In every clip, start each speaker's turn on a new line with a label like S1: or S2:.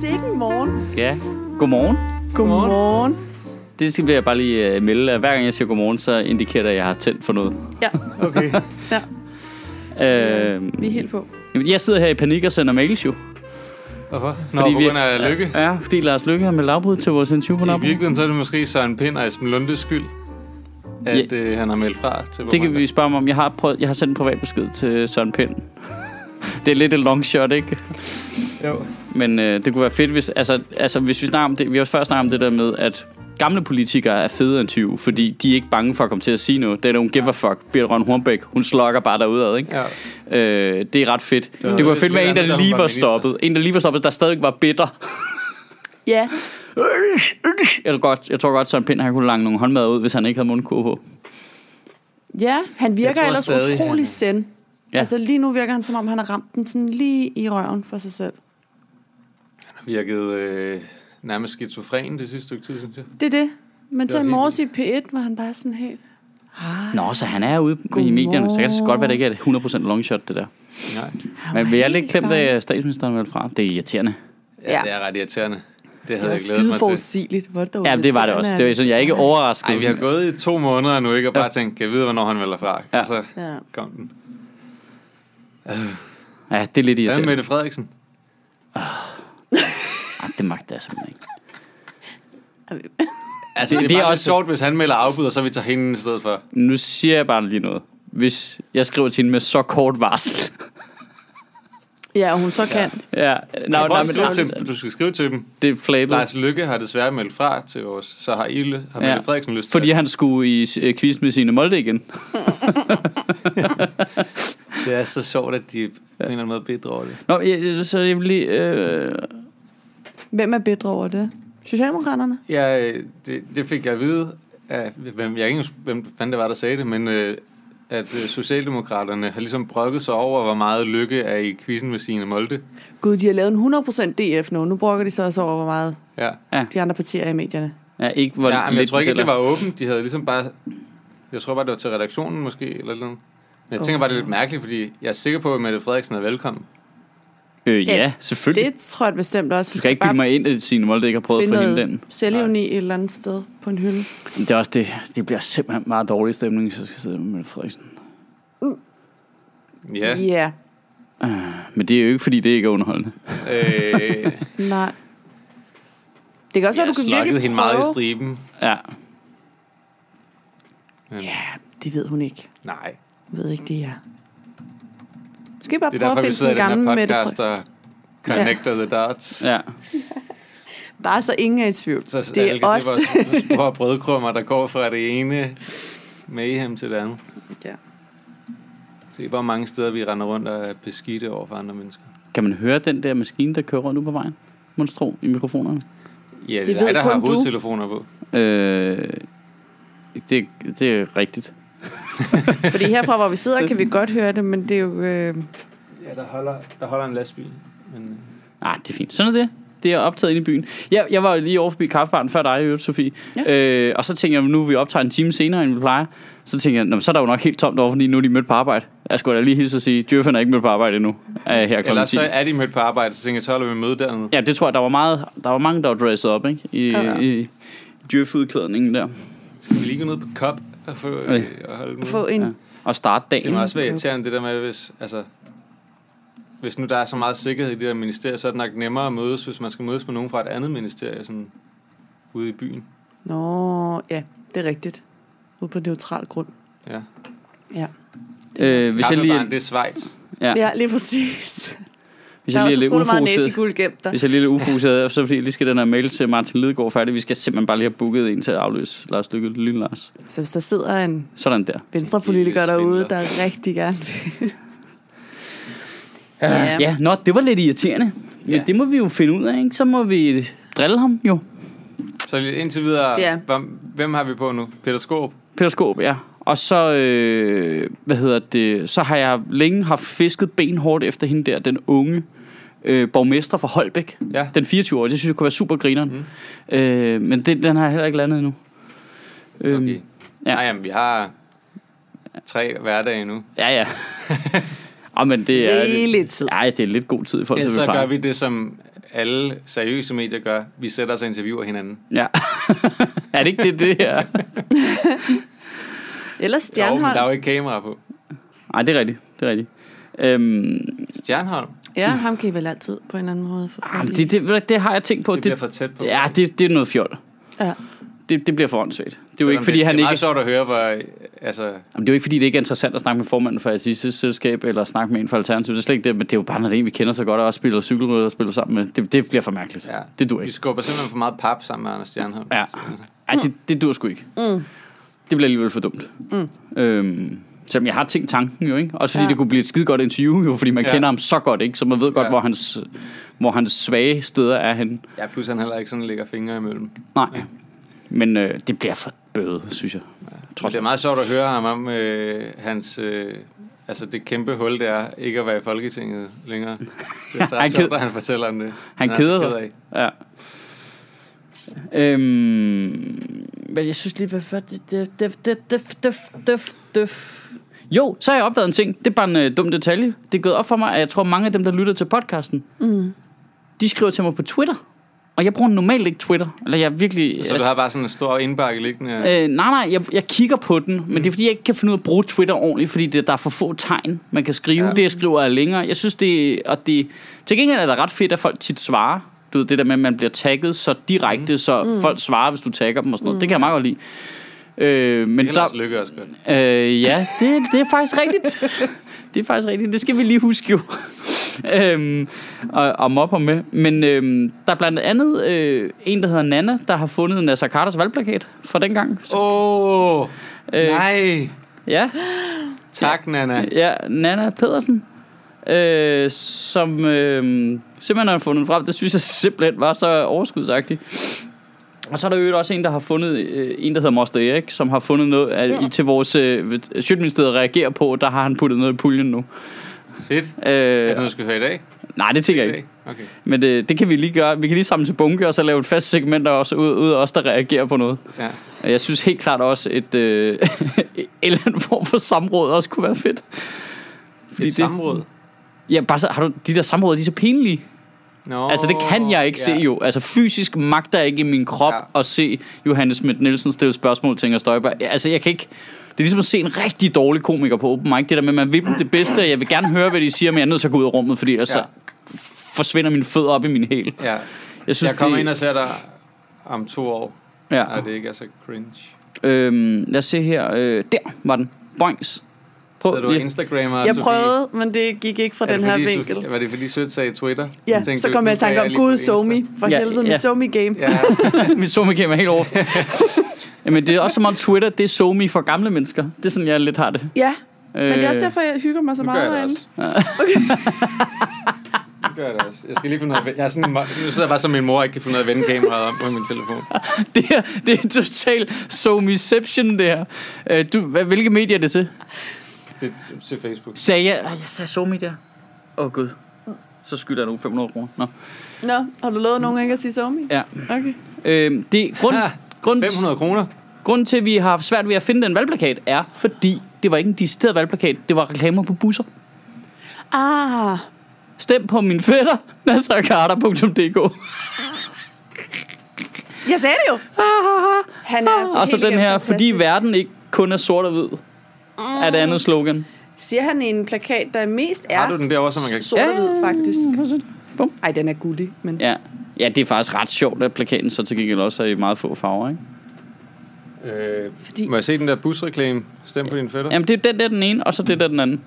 S1: Sikke en morgen.
S2: Ja, godmorgen.
S1: Godmorgen. Godmorgen.
S2: Det skal jeg bare lige øh, melde. at Hver gang jeg siger godmorgen, så indikerer det, at jeg har tændt for noget.
S1: Ja,
S3: Okay.
S1: ja.
S2: Øh,
S1: vi er helt på.
S2: jamen, jeg sidder her i panik og sender mails jo.
S3: Hvorfor? Nå, fordi på grund af lykke.
S2: Ja, ja, fordi Lars Lykke har med lavbrud til vores interview på
S3: I
S2: Nørrebro.
S3: virkeligheden så er det måske Søren Pind og Esben Lundes skyld, at
S2: Ja.
S3: øh, han har meldt fra til
S2: Det kan
S3: Vormanda.
S2: vi spørge mig om. Jeg har, prøvet, jeg har sendt en privat besked til Søren Pind. det er lidt et long shot, ikke?
S3: Jo.
S2: Men øh, det kunne være fedt, hvis, altså, altså, hvis vi snakker om det. Vi har også før snakket om det der med, at gamle politikere er federe end 20, fordi de er ikke bange for at komme til at sige noget. Det er don't give a fuck. Birte Rønne Hornbæk, hun slokker bare derudad, ikke?
S3: Ja.
S2: Øh, det er ret fedt. Det,
S3: var
S2: det kunne være
S3: lidt-
S2: fedt med
S3: lidt
S2: en, der
S3: andet, da hun
S2: lige
S3: var
S2: var
S3: minister.
S2: stoppet. En, der lige var stoppet, der stadig var bitter.
S1: Ja,
S2: Jeg tror godt, jeg tror godt Søren Pind, han kunne lange nogle håndmad ud, hvis han ikke havde mundkur på.
S1: ja han virker
S3: tror
S1: ellers
S3: stadig,
S1: utrolig
S3: han-
S1: zen.
S2: Ja.
S1: Ja. Altså lige nu virker han, som om han har ramt den sådan lige i røven for sig selv.
S3: Virkede øh, nærmest skizofren det sidste stykke tid, synes jeg.
S1: Det er det. Men så i
S3: helt
S1: morges i P1 var han bare sådan helt... Ah,
S2: Nå, så han er ude i medierne, så kan det godt være, det ikke er et 100% longshot, det der.
S3: Nej.
S1: han var
S2: Men vi er
S1: helt
S2: lidt klemt
S1: bleg.
S2: af, at statsministeren valgte fra. Det er irriterende.
S3: Ja,
S1: Ja.
S3: ja, det er ret irriterende. Det
S1: Det
S3: havde
S1: var
S3: jeg glædet
S1: skide
S3: mig til.
S1: forudsigeligt. Var det
S2: Ja, det var det også. Det var sådan, jeg er ikke overrasket.
S3: Ej, vi har gået i to måneder nu, ikke? Og bare tænkt, kan jeg vide, hvornår han melder fra?
S2: Ja.
S3: Og så
S1: Ja.
S3: kom den.
S2: Ja, det er lidt
S3: Hvad med
S2: irriterende.
S3: Mette Frederiksen?
S2: Ej, det magter jeg simpelthen ikke.
S3: Altså, det, det, er, bare også... sjovt, hvis han melder afbud, og så vi tager hende i stedet for.
S2: Nu siger jeg bare lige noget. Hvis jeg skriver til hende med så kort varsel.
S1: Ja, og hun så kan.
S2: ja, nej,
S3: Jeg
S2: nej,
S3: prøver at skrive til,
S2: men
S3: dem. du skal skrive til dem.
S2: det er flabet.
S3: Lars Lykke har desværre meldt fra til os, så har, I, ly- har
S2: Ja.
S3: Mette Frederiksen lyst til
S2: Fordi han skulle i øh, quiz med sine Molde igen.
S3: Det er så sjovt, at de på en eller anden måde bidrager det.
S2: Nå, jeg, så jeg vil lige... Øh,
S1: Hvem er bedre over det? Socialdemokraterne?
S3: Ja, øh, det, det fik jeg at vide af, hvem, jeg kan ikke huske, hvem fanden det var, der sagde det, men øh, at øh, Socialdemokraterne har ligesom brokket sig over, hvor meget lykke er i quizzen med sine Molde.
S1: Gud, de har lavet en 100% DF nu. Nu brokker de så også over, hvor meget
S3: Ja.
S1: de andre partier er i medierne.
S2: ja, ikke hvor
S3: ja, men jeg
S2: lidt
S3: tror ikke, at det
S2: det
S3: var åbent. De havde ligesom bare... Jeg tror bare, det var til redaktionen måske, eller noget. Men jeg tænker bare, det er lidt mærkeligt, fordi jeg er sikker på, at Mette Frederiksen er velkommen.
S2: Øh, ja,
S1: Ja,
S2: selvfølgelig.
S1: Det tror jeg bestemt også.
S2: Du skal ikke bilde mig ind, at Signe Molde ikke har prøvet at få hende den.
S1: selvevni et eller andet sted på en hylde.
S2: Det er også det. Det bliver simpelthen meget dårlig stemning, hvis jeg skal sidde med Mette Frederiksen.
S3: Ja.
S1: ja.
S2: Men det er jo ikke, fordi det ikke er underholdende.
S3: Øh,
S1: Nej. Det kan også
S3: jeg
S1: være, du kan
S3: slukkede
S1: virkelig
S3: hende
S1: prøve.
S3: meget i striben.
S2: Ja.
S1: ja, det ved hun ikke.
S3: Nej.
S1: Hun ved ikke, det er. Måske bare
S3: Det er
S1: prøve
S3: derfor,
S1: at
S3: vi
S1: finde
S3: sidder i
S1: den
S3: den
S1: gamle
S3: her
S1: Mette
S3: podcast
S1: Frederiksen.
S3: og connecter the dots.
S2: ja.
S1: Bare så ingen er i tvivl.
S3: Så
S1: det er
S3: alle kan se
S1: også...
S3: vores spor og brødkrummer, der går fra det ene mayhem til det andet.
S1: ja.
S3: Se, hvor mange steder vi render rundt og er beskidte over for andre mennesker.
S2: Kan man høre den der maskine, der kører rundt ude på vejen? Monstro i mikrofonerne.
S3: Ja, det,
S1: Det
S3: det
S1: ved
S3: er dig, der har
S1: kun du.
S3: hovedtelefoner på.
S2: Øh, det, det er rigtigt.
S1: Fordi herfra, hvor vi sidder, kan vi godt høre det, men det er jo... Øh...
S3: Ja, der holder, der holder en lastbil. Men,
S2: Nej, Ah, det er fint. Sådan er det. Det er optaget inde i byen. Jeg, jeg var jo lige over forbi kaffebaren før dig, i øvrigt, Sofie. Ja. Øh, og så tænkte jeg, nu er vi optager en time senere, end vi plejer. Så tænkte jeg, "Nå, men så er der jo nok helt tomt over, fordi nu er de mødt på arbejde. Jeg skulle da lige hilse og sige, Djøffen er ikke mødt på arbejde endnu. Øh, her
S3: eller
S2: klokken 10.
S3: så er de mødt på arbejde, så tænker jeg, så holder vi møde dernede.
S2: Ja, det tror jeg, der var, meget, der var mange, der var dresset op, ikke? I, ja.
S1: Ja.
S2: i djøfudklædningen der.
S3: Skal vi lige gå ned på kop og få øh, og holde et møde?
S1: Få en...
S2: Ja. Og starte dagen.
S3: Det må også være irriterende, det der med, hvis, altså, hvis nu der er så meget sikkerhed i det der ministerie, så er det nok nemmere at mødes, hvis man skal mødes med nogen fra et andet ministerie, sådan ude i byen.
S1: Nå, ja, det er rigtigt. Ude på neutral grund.
S3: Ja.
S1: Ja.
S2: øh, hvis jeg lige,
S3: Kaffebaren, det er Schweiz.
S2: ja,
S1: Ja, lige præcis.
S2: hvis
S1: Der er
S2: jeg lige er
S1: også
S2: lidt
S1: utrolig meget næse
S2: ufokuseret,
S1: guld gemt der.
S2: hvis jeg lige er lidt ufokuseret, så er det fordi, jeg lige skal den her mail til Martin Lidegaard færdig. Vi skal simpelthen bare lige have booket en til at afløse Lars Lykke Lyn Lars.
S1: Så hvis der sidder en
S2: Sådan der.
S1: venstrepolitiker
S3: Lille
S1: derude,
S3: svindler.
S1: der rigtig gerne vil...
S2: Ja. ja, nå, det var lidt irriterende. Ja.
S3: Ja.
S2: Det må vi jo finde ud af, ikke? Så må vi drille ham jo.
S3: Så lidt indtil videre,
S1: Ja.
S3: ja. hvem har vi på nu? Peter Skåb?
S2: Peter Skåb, ja. Og så, øh, hvad hedder det, så har jeg længe haft fisket benhårdt efter hende der, den unge øh, borgmester fra Holbæk.
S3: Ja. Mhm.
S2: Den 24-årige, det synes jeg kunne være super grineren. Mm. Øh, men det, den har jeg heller ikke landet endnu. Øhm,
S3: Okay.
S2: ja.
S3: Ja. Nej, jamen, vi har tre hverdage nu.
S2: Ja, ja. Ah, men det er...
S1: Rigeligt tid.
S2: Nej, det er lidt god tid i forhold til, hvad vi
S3: Ja, så
S2: plejer.
S3: gør vi det, som alle seriøse medier gør. Vi sætter os og interviewer hinanden.
S2: Ja. er det ikke det, det her?
S1: Ellers
S3: Jo, men
S1: Stjernholm.
S3: der er jo ikke kamera på.
S2: Nej, det er rigtigt. Det er rigtigt. Øhm,
S3: Stjernholm, det
S1: Ja, ham kan I vel altid på en eller anden måde
S2: ah,
S1: forfærdelige.
S2: men det, det, ved du hvad, det, har jeg tænkt på.
S3: bliver for tæt på.
S2: ja, det, det er noget fjol.
S1: Ja.
S2: Det, det bliver for åndssvagt. Det er jo ikke,
S3: Selvom
S2: fordi
S3: det,
S2: han
S3: det er
S2: ikke...
S3: meget sjovt at høre, hvor... Altså,
S2: Jamen, det er jo ikke, fordi det ikke er interessant at snakke med formanden for Aziz' selskab, eller snakke med en fra Alternativet. Det er slet ikke det, men det er jo bare, når det er en, vi kender så godt, og også spiller cykelrytter og spiller sammen med. Det, det bliver for mærkeligt.
S3: ja.
S2: Det dur
S3: Vi
S2: ikke.
S3: skubber simpelthen for meget pap sammen med Anders Stjernholm.
S2: Ja. Ej, det, det dur sgu ikke. Mm. Det bliver alligevel for dumt. Mm. Øhm, selvom jeg har tænkt tanken jo, ikke? Også fordi ja.
S1: Ja.
S2: det kunne blive et skide godt interview, jo, fordi man ja.
S3: Ja.
S2: kender ham så godt, ikke? Så man ved godt, ja.
S3: Ja.
S2: hvor, hans, hvor hans svage steder er henne.
S3: Ja, plus han heller ikke sådan lægger fingre imellem.
S2: Nej. Men øh, det bliver for bøde, synes jeg.
S3: Trods det er meget sjovt at høre ham om øh, hans... Øh, altså det kæmpe hul, det er ikke at være i Folketinget længere. Det er så
S2: han
S3: han
S2: ked-
S3: sjovt, at han fortæller om det.
S2: Han
S3: er
S2: keder
S3: så
S2: sig.
S3: af.
S2: Ja. Øhm, men jeg synes lige, hvad for det, det, det, det, det, det, det, det. Jo, så har jeg opdaget en ting. Det er bare en øh, dum detalje. Det er gået op for mig, at jeg tror, mange af dem, der lytter til podcasten, mm. de skriver til mig på Twitter. Og jeg bruger normalt ikke Twitter. Eller jeg er virkelig... altså,
S3: Så du har bare sådan en stor indbakke liggende. Øh,
S2: Øh, nej, nej, jeg, jeg kigger på den, men
S3: Mm.
S2: det er fordi, jeg ikke kan finde ud af at bruge Twitter ordentligt, fordi det, der er for få tegn, man kan skrive. Ja.
S3: Ja.
S2: Det, jeg skriver, er længere. Jeg synes, det og det... Til gengæld er det ret fedt, at folk tit svarer. Du ved, det der med, at man bliver tagget så direkte,
S3: Mm.
S2: så folk svarer, hvis du tagger dem og sådan noget. Det kan jeg meget godt lide. Øh, men
S3: det kan
S2: der,
S3: også lykke også godt.
S2: øh, ja, det, det er faktisk rigtigt. Det er faktisk rigtigt. Det skal vi lige huske jo. øhm, og, og mobber med. Men øhm, der er blandt andet øh, en, der hedder Nana, der har fundet Nasser Carters valgplakat fra dengang.
S3: Åh, oh,
S2: Øh,
S3: nej.
S2: Ja,
S3: Tak, Nana.
S2: ja, Øh, Nana Pedersen, øh, som øh, simpelthen har fundet frem. Det synes jeg simpelthen var så overskudsagtigt. Og så er der jo også en, der har fundet, øh, en der hedder Moster Erik, som har fundet noget at, ja. til vores øh, Sjøtministeriet reagerer på, der har han puttet noget i puljen nu.
S3: Fedt. Er
S2: Øh,
S3: det noget, du skal høre i dag?
S2: nej, det tænker jeg ikke.
S3: Okay.
S2: Men øh, det, det kan vi lige gøre. Vi kan lige samle til bunke, og så lave et fast segment også ud, ud af os, der reagerer på noget.
S3: Ja.
S2: Og Jeg synes helt klart også, et, øh, en eller anden form for samråd også kunne være fedt.
S3: Fordi et samråd.
S2: Ja, bare så, har du, de der samråd, de er så pinlige.
S3: Nå,
S2: Oh, altså, det kan jeg ikke ja. se jo. Altså, fysisk magter jeg ikke i min krop ja.
S3: Ja.
S2: at se Johannes Schmidt Nielsen stille spørgsmål til Inger Støjberg. Ja, Altså, jeg kan ikke... Det er ligesom at se en rigtig dårlig komiker på open mic. Det der med, at man vil dem det bedste, og jeg vil gerne høre, hvad de siger, men jeg er nødt til at gå ud af rummet, fordi ellers
S3: Ja.
S2: så forsvinder mine fødder op i min hæl.
S3: Ja.
S2: Jeg
S3: Jeg kommer
S2: det,
S3: ind og ser dig om to år.
S2: ja.
S3: Nej, det ikke er så cringe.
S2: øhm, lad os se her. Øh, der var den. Boings. Prøv
S3: Så du er
S2: lige.
S3: Instagrammer,
S1: Jeg
S3: Ah, Sofie.
S1: prøvede, men det gik ikke fra
S3: Er det
S1: den her
S3: fordi,
S1: vinkel.
S3: Sofie- Var det fordi Sødt sagde Twitter?
S1: Ja,
S3: Hun tænkte,
S1: så kom
S3: nu
S1: jeg i tanke
S3: tager
S1: om,
S3: lige på
S1: gud,
S3: Insta.
S1: somi, for
S2: Ja,
S1: helvede,
S2: ja.
S1: mit somi-game.
S3: Ja,
S2: Min somi game er helt over. Jamen, det er også som om Twitter, det er somi for gamle mennesker. Det er sådan, jeg lidt har det.
S1: Ja, men det er også
S2: Øh,
S1: derfor, jeg hygger mig så
S3: nu gør
S1: meget
S3: jeg det
S1: derinde.
S3: også. Nu gør jeg det også. Jeg skal lige finde ud af... Jeg er sådan, nu sidder jeg bare som min mor, og ikke kan finde ud af at vende kameraet om på min telefon.
S2: Det, her, det er totalt somiception, det her. Øh, du, hvad, hvilke medier er det til?
S3: Det er til Facebook.
S2: Sagde jeg... Ej, jeg sagde somi der. Åh, oh, gud. Så skylder jeg nu 500 kroner. Nå.
S1: Nå, har du
S3: Mm.
S1: lovet nogen ikke at sige somi?
S2: Ja.
S1: Okay.
S2: Øh, det, grund,
S3: Ah,
S2: grund,
S3: 500 kroner?
S2: grunden til, at vi har haft svært ved at finde den valgplakat, er, fordi det var ikke en decideret valgplakat, det var reklamer på busser.
S1: Ah,
S2: Stem på min fætter, nasserkarter.dk.
S1: jeg sagde det jo. Han er
S2: Ah,
S3: Ah.
S2: Og så
S1: helt
S2: den
S1: igennem
S2: her,
S1: fantastisk.
S2: fordi verden ikke kun er sort og hvid, er det andet slogan.
S1: Siger han i en plakat, der mest er
S3: Har du den derovre, så man kan...
S1: sort og hvid, faktisk.
S2: Bum.
S1: Ej, den er guldig, men
S2: Ja. ja, det er faktisk ret sjovt, at plakaten så til gengæld også er i meget få farver, ikke?
S3: Øh,
S1: Fordi-
S3: Må jeg se den der busreklame? Stem på din fætter.
S2: Jamen, det er den der den ene, og så det der den anden.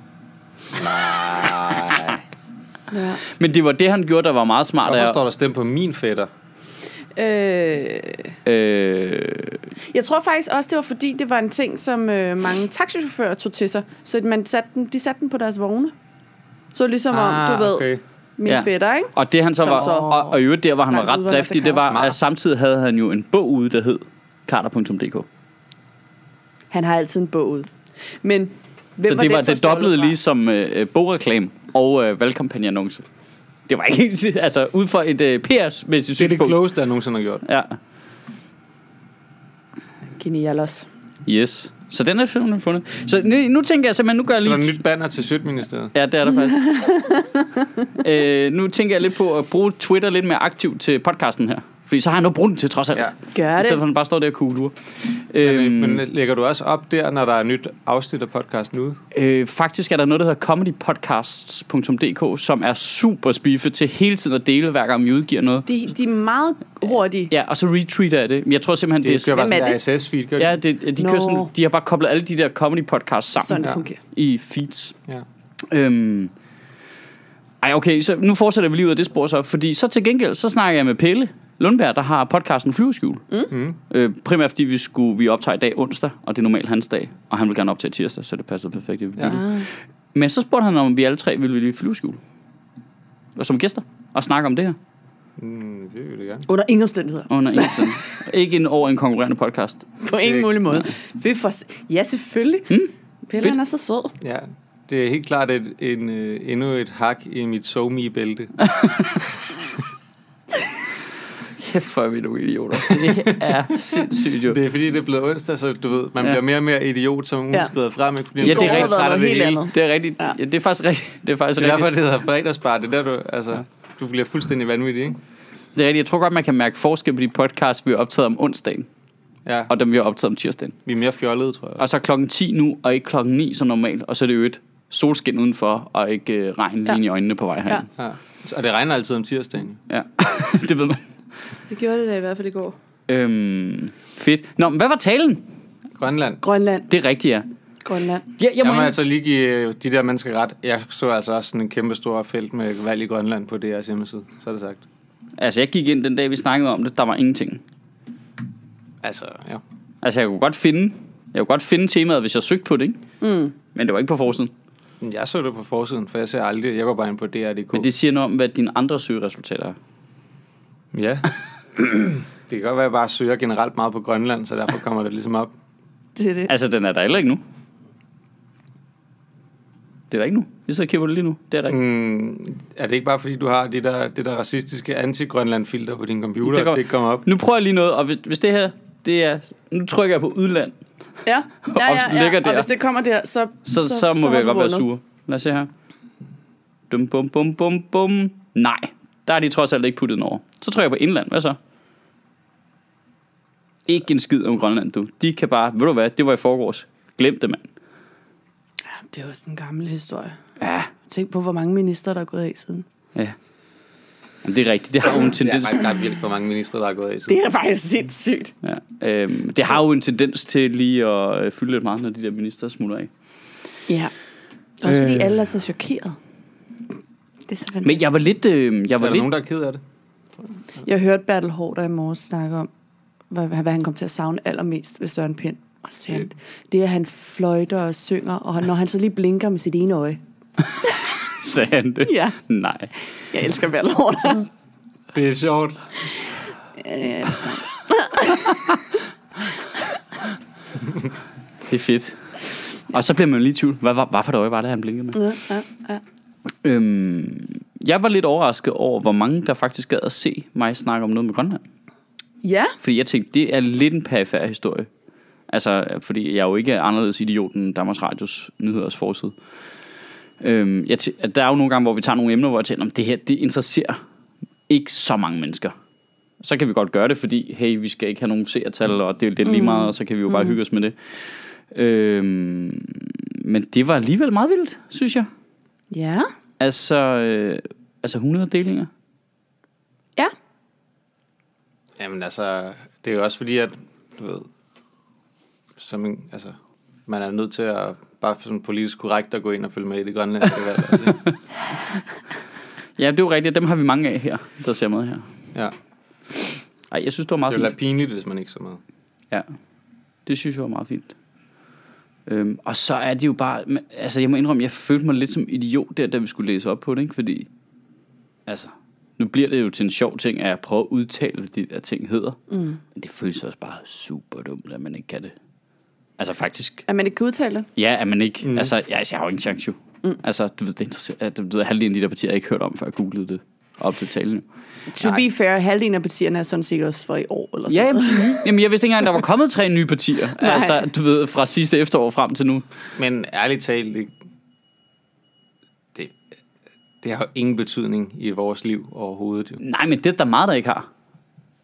S1: ja.
S2: Men det var det, han gjorde, der var meget smart.
S3: Hvorfor står
S2: Af,
S3: der stem på min fætter?
S1: Øh,
S2: øh,
S1: Jeg tror faktisk også, det var fordi, det var en ting, som øh, mange taxichauffører tog til sig. Så at man satte den, de satte den på deres vogne. Så ligesom om,
S3: Ah,
S2: Ah,
S1: du ved, okay. min
S2: Ja.
S1: ja. fætter, ikke?
S2: og det han så
S1: Som
S2: var,
S1: så-
S2: og, og i øvrigt der, hvor han
S1: Nej,
S2: var ret
S1: ude var
S2: driftig,
S1: Nasser
S2: det var,
S3: Carter.
S2: at samtidig havde han jo en bog ude, der hed karter.dk.
S1: Han har altid en bog ud. Men hvem
S2: Så
S1: var
S2: det var
S1: den så
S2: det
S1: stjålet
S2: dobbelte
S1: fra?
S2: lige som øh, øh, bogreklame og øh, valgkampagneannonce. Det var ikke helt, altså ud fra et øh, PR-mæssigt
S3: Det er det
S2: synspunkt.
S3: klogeste, jeg nogensinde har gjort.
S2: Ja.
S1: Genial også.
S2: Yes. Så den er filmen fundet. Så nu, nu tænker jeg simpelthen, nu gør jeg
S3: Så er
S2: lige...
S3: der et nyt banner til Sødministeriet.
S2: Ja, det er der faktisk. øh, nu tænker jeg lidt på at bruge Twitter lidt mere aktivt til podcasten her. Fordi så har jeg noget brugt til trods alt.
S3: Ja.
S1: Gør
S2: I stedet for, at
S1: det.
S2: den bare står der og kugler.
S3: Men,
S2: Øhm,
S3: men øh, lægger du også op der, når der er et nyt afsnit af podcasten ude?
S2: øh, faktisk er der noget, der hedder comedypodcasts.dk, som er super spiffe til hele tiden at dele, hver gang vi udgiver noget.
S1: De, de er meget hurtige.
S2: Ja, og så retweeter jeg det. Men jeg tror simpelthen, det,
S3: Det
S2: det er...
S3: kører bare
S1: Hvem
S3: sådan
S1: er
S3: en RSS-feed, gør det?
S2: Ja, det, de, kører
S1: Nå.
S2: sådan, de har bare koblet alle de der comedy podcasts sammen
S1: Sådan det
S3: Ja.
S1: fungerer.
S2: i feeds.
S3: Ja.
S2: Øhm, ej, okay, så nu fortsætter vi lige ud af det spor så, fordi så til gengæld, så snakker jeg med Pelle Lundberg, der har podcasten Flyveskjul. Mm. Øh, primært fordi vi, skulle, vi optager i dag onsdag, og det er normalt hans dag, og han vil gerne optage tirsdag, så det passer perfekt. Ja. Men så spurgte han, om vi alle tre ville i flyveskjul. Og som gæster, og snakke om det her.
S3: Mm, det vil jeg gerne.
S1: Under ingen omstændigheder.
S2: Under en omstændighed. Ikke en over en konkurrerende podcast.
S1: På ingen mulig måde. Fy for... Ja, selvfølgelig. Hmm? Pelle, han
S2: Fedt.
S1: er så sød.
S3: Ja, det er helt klart et, en, øh, endnu et hak i mit SoMe-bælte.
S2: Kæft, hvor er vi nogle idioter. Det er sindssygt jo.
S3: Det er fordi, det er blevet onsdag, så du ved, man
S2: Ja.
S3: ja. bliver mere og mere idiot, som ugen
S1: Ja.
S3: ja. skrider frem. Ikke? Fordi man
S2: Ja, det er
S3: bliver
S2: rigtigt.
S3: træt af
S1: Helt
S3: hele.
S1: andet.
S2: Det er rigtigt.
S1: Ja.
S2: Ja. Det er faktisk rigtigt. Det er faktisk
S3: Det er
S2: rigtigt.
S3: derfor, det hedder fredagsbar. Det er der, du, altså, du bliver fuldstændig vanvittig, ikke?
S2: Det er rigtigt. Jeg tror godt, man kan mærke forskel på de podcasts, vi har optaget om onsdagen,
S3: Ja,
S2: og dem, vi har optaget om tirsdagen.
S3: vi er mere fjollede, tror jeg.
S2: Og så er klokken 10 nu, og ikke klokken 9 som normalt. Og så er det jo et solskin udenfor, og ikke øh, regn lige
S1: Ja.
S2: ind i øjnene på vej herind.
S3: Ja. Og det regner altid om tirsdagen.
S2: Ja. ja. det ved man.
S1: Det gjorde det da i hvert fald i går.
S2: Øhm, fedt. Nå, men hvad var talen?
S3: Grønland.
S1: Grønland.
S2: Det rigtige er.
S1: Grønland.
S2: Ja, jeg
S3: Jeg
S2: må,
S3: må altså lige give øh, de der mennesker ret. Jeg så altså også sådan en kæmpe stor felt med valg i Grønland på DR's hjemmeside. Så er det sagt.
S2: Altså, jeg gik ind den dag, vi snakkede om det, der var ingenting.
S3: Altså, ja.
S2: Altså, jeg kunne godt finde, jeg kunne godt finde temaet, hvis jeg søgte på det, ikke?
S1: Mm.
S2: Men det var ikke på forsiden.
S3: Men Jeg så det på forsiden, for jeg ser aldrig. Jeg går bare ind på DR.dk.
S2: Men det siger noget om, hvad dine andre søgeresultater er.
S3: Ja. det kan godt være, at jeg bare søger generelt meget på Grønland, så derfor kommer det ligesom op.
S1: Det er det.
S2: Altså, den er der heller ikke nu. Det er der ikke nu. Jeg sidder og kigger på det lige nu. Det er der ikke.
S3: Mm, er det ikke bare fordi, du har det der, det der racistiske anti-Grønland-filter på din computer,
S2: Det
S3: det,
S2: kommer-
S3: kommer... det kommer op?
S2: Nu prøver jeg lige noget, og hvis, hvis det her, det er... Nu trykker jeg på udland,
S1: Ja. Ja,
S2: Og
S1: ja, ja.
S2: ligger
S1: Og
S2: der.
S1: hvis det kommer der, så...
S2: så, så, så må
S1: har
S2: vi
S1: du
S2: godt være
S1: vundet.
S2: sure. Lad os se her. Dum, bum, bum, bum, bum. Nej, der er de trods alt ikke puttet den over. Så trykker jeg på indland. Hvad så? Ikke en skid om Grønland, du. De kan bare... Ved du hvad? Det var i forgårs. Glem det, mand.
S1: Det er jo sådan en gammel historie.
S2: Ja,
S1: Tænk på, hvor mange minister, der er gået af siden.
S2: ja. Jamen, det er rigtigt. Det har jo en
S3: Det er
S2: tendens...
S3: faktisk ret vildt, hvor mange ministre, der er gået af. Så.
S1: Det er faktisk sindssygt.
S2: Ja, øhm, det har jo en tendens til lige at øh, fylde lidt meget, når de der minister smutter af.
S1: Ja. Også fordi
S2: Øh.
S1: alle er så chokeret. Det er så fantastisk.
S2: Men jeg var lidt... Øh, jeg var
S3: Er der
S2: lidt
S3: nogen, der er ked af det?
S1: Jeg hørte Bertel Hårder i morges snakke om, hvad, hvad han kom til at savne allermest ved Søren Pind. Og så sagde han, det er, at han fløjter og synger, og når han så lige blinker med sit ene øje.
S2: sagde han det.
S1: Ja.
S2: Nej.
S1: Jeg elsker Bertel Hårder.
S3: Det er sjovt.
S2: Det er fedt. Og så bliver man jo lige i tvivl. Hvad, hvad, hvad for et øje var det, han blinkede med?
S1: ja, ja, ja.
S2: Øhm, jeg var lidt overrasket over, hvor mange der faktisk gad at se mig snakke om noget med Grønland.
S1: ja,
S2: Fordi jeg tænkte, det er lidt en perifær historie. Altså, fordi jeg er jo ikke anderledes idiot end Danmarks Radios nyheders forside. Øhm, jeg tæ- at der er jo nogle gange, hvor vi tager nogle emner, hvor jeg tænker, "Nå, men det her, det interesserer ikke så mange mennesker. Så kan vi godt gøre det, fordi, hey, vi skal ikke have nogen seertal, og det er jo lidt lige meget, og så kan vi jo bare hygge os med det. Øhm, men det var alligevel meget vildt, synes jeg.
S1: ja,
S2: Altså, øh, altså 100 delinger.
S1: ja.
S3: Jamen altså, det er jo også fordi, at du ved, som en, altså, man er nødt til at bare sådan politisk korrekt at gå ind og følge med i det grønlandske valg. Altså. ikke?
S2: Ja, det er jo rigtigt, dem har vi mange af her, der ser med her.
S3: Ja.
S2: Ej, jeg synes, det var meget
S3: Det
S2: fint.
S3: ville være pinligt, hvis man ikke så med.
S2: Ja, det synes jeg var meget fint. Øhm, og så er det jo bare, men, altså jeg må indrømme, jeg følte mig lidt som idiot der, da vi skulle læse op på det, ikke? fordi, altså, nu bliver det jo til en sjov ting, at jeg prøver at udtale, hvad de der ting hedder. Mm. Men det føles også bare super dumt, at man ikke kan det. Altså faktisk,
S1: At man ikke kan udtale det.
S2: ja, at man ikke, mm. altså, ja, altså, jeg har jo ingen chance jo. Mm. Altså, du ved, det er interessant, at, du ved, halvdelen af de der partier, jeg ikke hørt om, før jeg googlede det. op til talen.
S1: To be fair, halvdelen af partierne er sådan set også for i år. Eller sådan
S2: Ja, jamen,
S1: noget.
S2: de nye. jamen, jeg vidste ikke engang, der var kommet tre nye partier.
S1: Nej.
S2: altså, du ved, fra sidste efterår frem til nu.
S3: Men ærligt talt, det, det, det har jo ingen betydning i vores liv overhovedet. Jo.
S2: Nej, men det er der meget, der ikke har.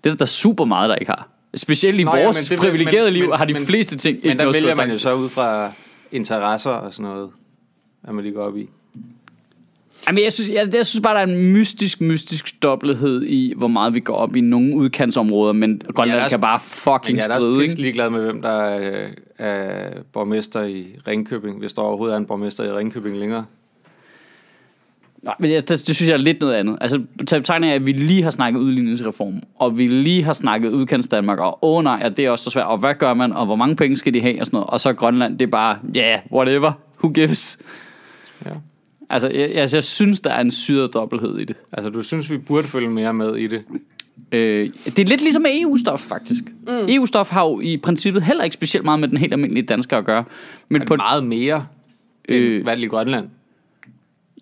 S2: Det er der super meget, der ikke har. Specielt i
S3: Nå
S2: Nå,
S3: ja,
S2: vores
S3: men
S2: ja,
S3: det-
S2: privilegerede
S3: men-
S2: liv
S3: men-
S2: har de
S3: men-
S2: fleste ting ikke
S3: Men der
S2: noget
S3: vælger
S2: skulle
S3: man jo så ud fra interesser og sådan noget, at man lige går op i.
S2: Jamen, jeg synes, jeg, jeg synes bare, der er en mystisk, mystisk dobbelthed i, hvor meget vi går op i nogle udkantsområder, men Grønland
S3: der er
S2: kan bare
S3: Men
S2: fucking
S3: jeg er da også
S2: skride,
S3: pisse
S2: ikke?
S3: ligeglad med, hvem der er, øh, er borgmester i Ringkøbing, hvis der overhovedet er en borgmester i Ringkøbing længere.
S2: Nej, men jeg, det, det, synes jeg er lidt noget andet. Altså, tegning er, at vi lige har snakket udligningsreform, og vi lige har snakket udkants Danmark, og åh oh, nej, og det er også så svært, og hvad gør man, og hvor mange penge skal de have, og sådan noget. Og så Grønland, det er bare, ja, yeah, whatever, who gives.
S3: Ja.
S2: Altså, jeg, jeg, jeg synes, der er en syret dobbelthed i det.
S3: Altså, du synes, vi burde følge mere med i det?
S2: Øh, det er lidt ligesom med EU-stof, faktisk. Mm. EU-stof har jo i princippet heller ikke specielt meget med den helt almindelige dansker at gøre. Men
S3: Er
S2: på,
S3: det meget mere øh, end
S2: Øh.
S3: valg i Grønland?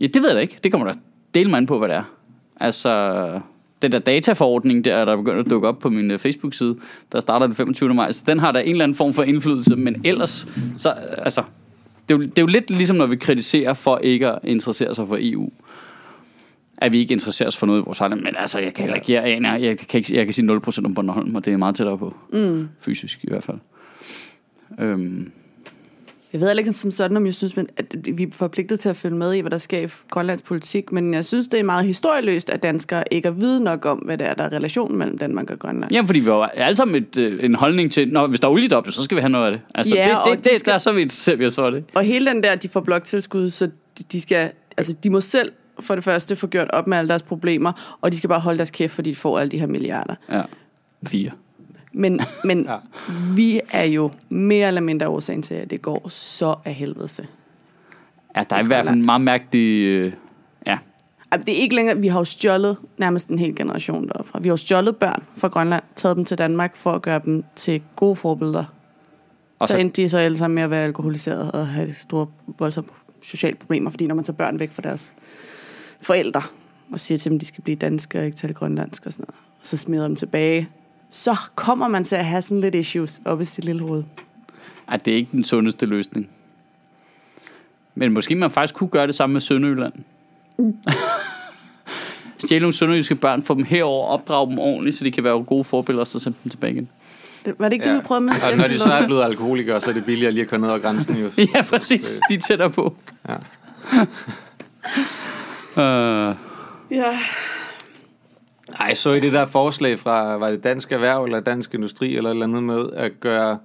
S2: ja, det ved jeg da ikke. Det kommer der del mig an på, hvad det er. Altså, den der dataforordning der, der er begyndt at dukke op på min øh, Facebook-side, der starter den 25. maj, så den har da en eller anden form for indflydelse, men ellers, så, øh, altså, det er, jo, det er jo lidt ligesom, når vi kritiserer for ikke at interessere sig for EU. At vi ikke interesserer os for noget i vores eget land. Men altså, jeg kan heller ikke, jeg, aner, jeg, kan, ikke, jeg kan sige 0% om Bornholm, og det er meget tættere på. Mm. Fysisk i hvert fald. Øhm,
S1: Jeg ved heller ikke som sådan, om jeg synes, men at vi er forpligtet til at følge med i, hvad der sker i Grønlands politik, men jeg synes, det er meget historieløst, at danskere ikke er vide nok om, hvad der er, der er relationen mellem Danmark og Grønland.
S2: ja, fordi vi har alle sammen et, øh, en holdning til, når hvis der er olie deroppe, så skal vi have noget af det. Altså,
S1: Ja, og
S2: det, det,
S1: de
S2: det,
S1: skal-
S2: der, så er vi interesserer vi os for det.
S1: Og hele den der, de får bloktilskud, så de, de skal, altså de må selv for det første få gjort op med alle deres problemer, og de skal bare holde deres kæft, fordi de får alle de her milliarder.
S2: Ja. Fire.
S1: Men, men
S3: Ja.
S1: ja. vi er jo mere eller mindre årsagen til, at det går så af helvede til.
S2: Ja, der er i hvert fald en meget mærkelig... Øh, ja,
S1: Altså, det er ikke længere, vi har jo stjålet nærmest en hel generation derfra. Vi har jo stjålet børn fra Grønland, taget dem til Danmark for at gøre dem til gode forbilleder.
S2: Og
S1: Og så,
S2: så-
S1: så endte de så alle sammen med at være alkoholiseret og have store, voldsomme sociale problemer, fordi når man tager børn væk fra deres forældre og siger til dem, at de skal blive danske og ikke tale grønlandsk og sådan noget, så smider dem tilbage, så kommer man til at have sådan lidt issues oppe i sit lille hoved.
S2: Ej, det er ikke den sundeste løsning. Men måske man faktisk kunne gøre det samme med Sønderjylland.
S1: Mm.
S2: Stjæle nogle sønderjyske børn, få dem herover, opdrage dem ordentligt, så de kan være gode forbilleder, og så sende dem tilbage igen.
S1: Det- Var det ikke ja. det, vi prøvede med?
S3: Og Altså, når de så er blevet alkoholikere, så er det billigere lige at køre ned over grænsen jo.
S2: Ja, præcis. De er tættere på.
S3: Ja.
S2: Uh,
S1: Ja.
S3: Ej, så i det der forslag fra, var det Dansk Erhverv eller Dansk Industri eller et eller andet med, at gøre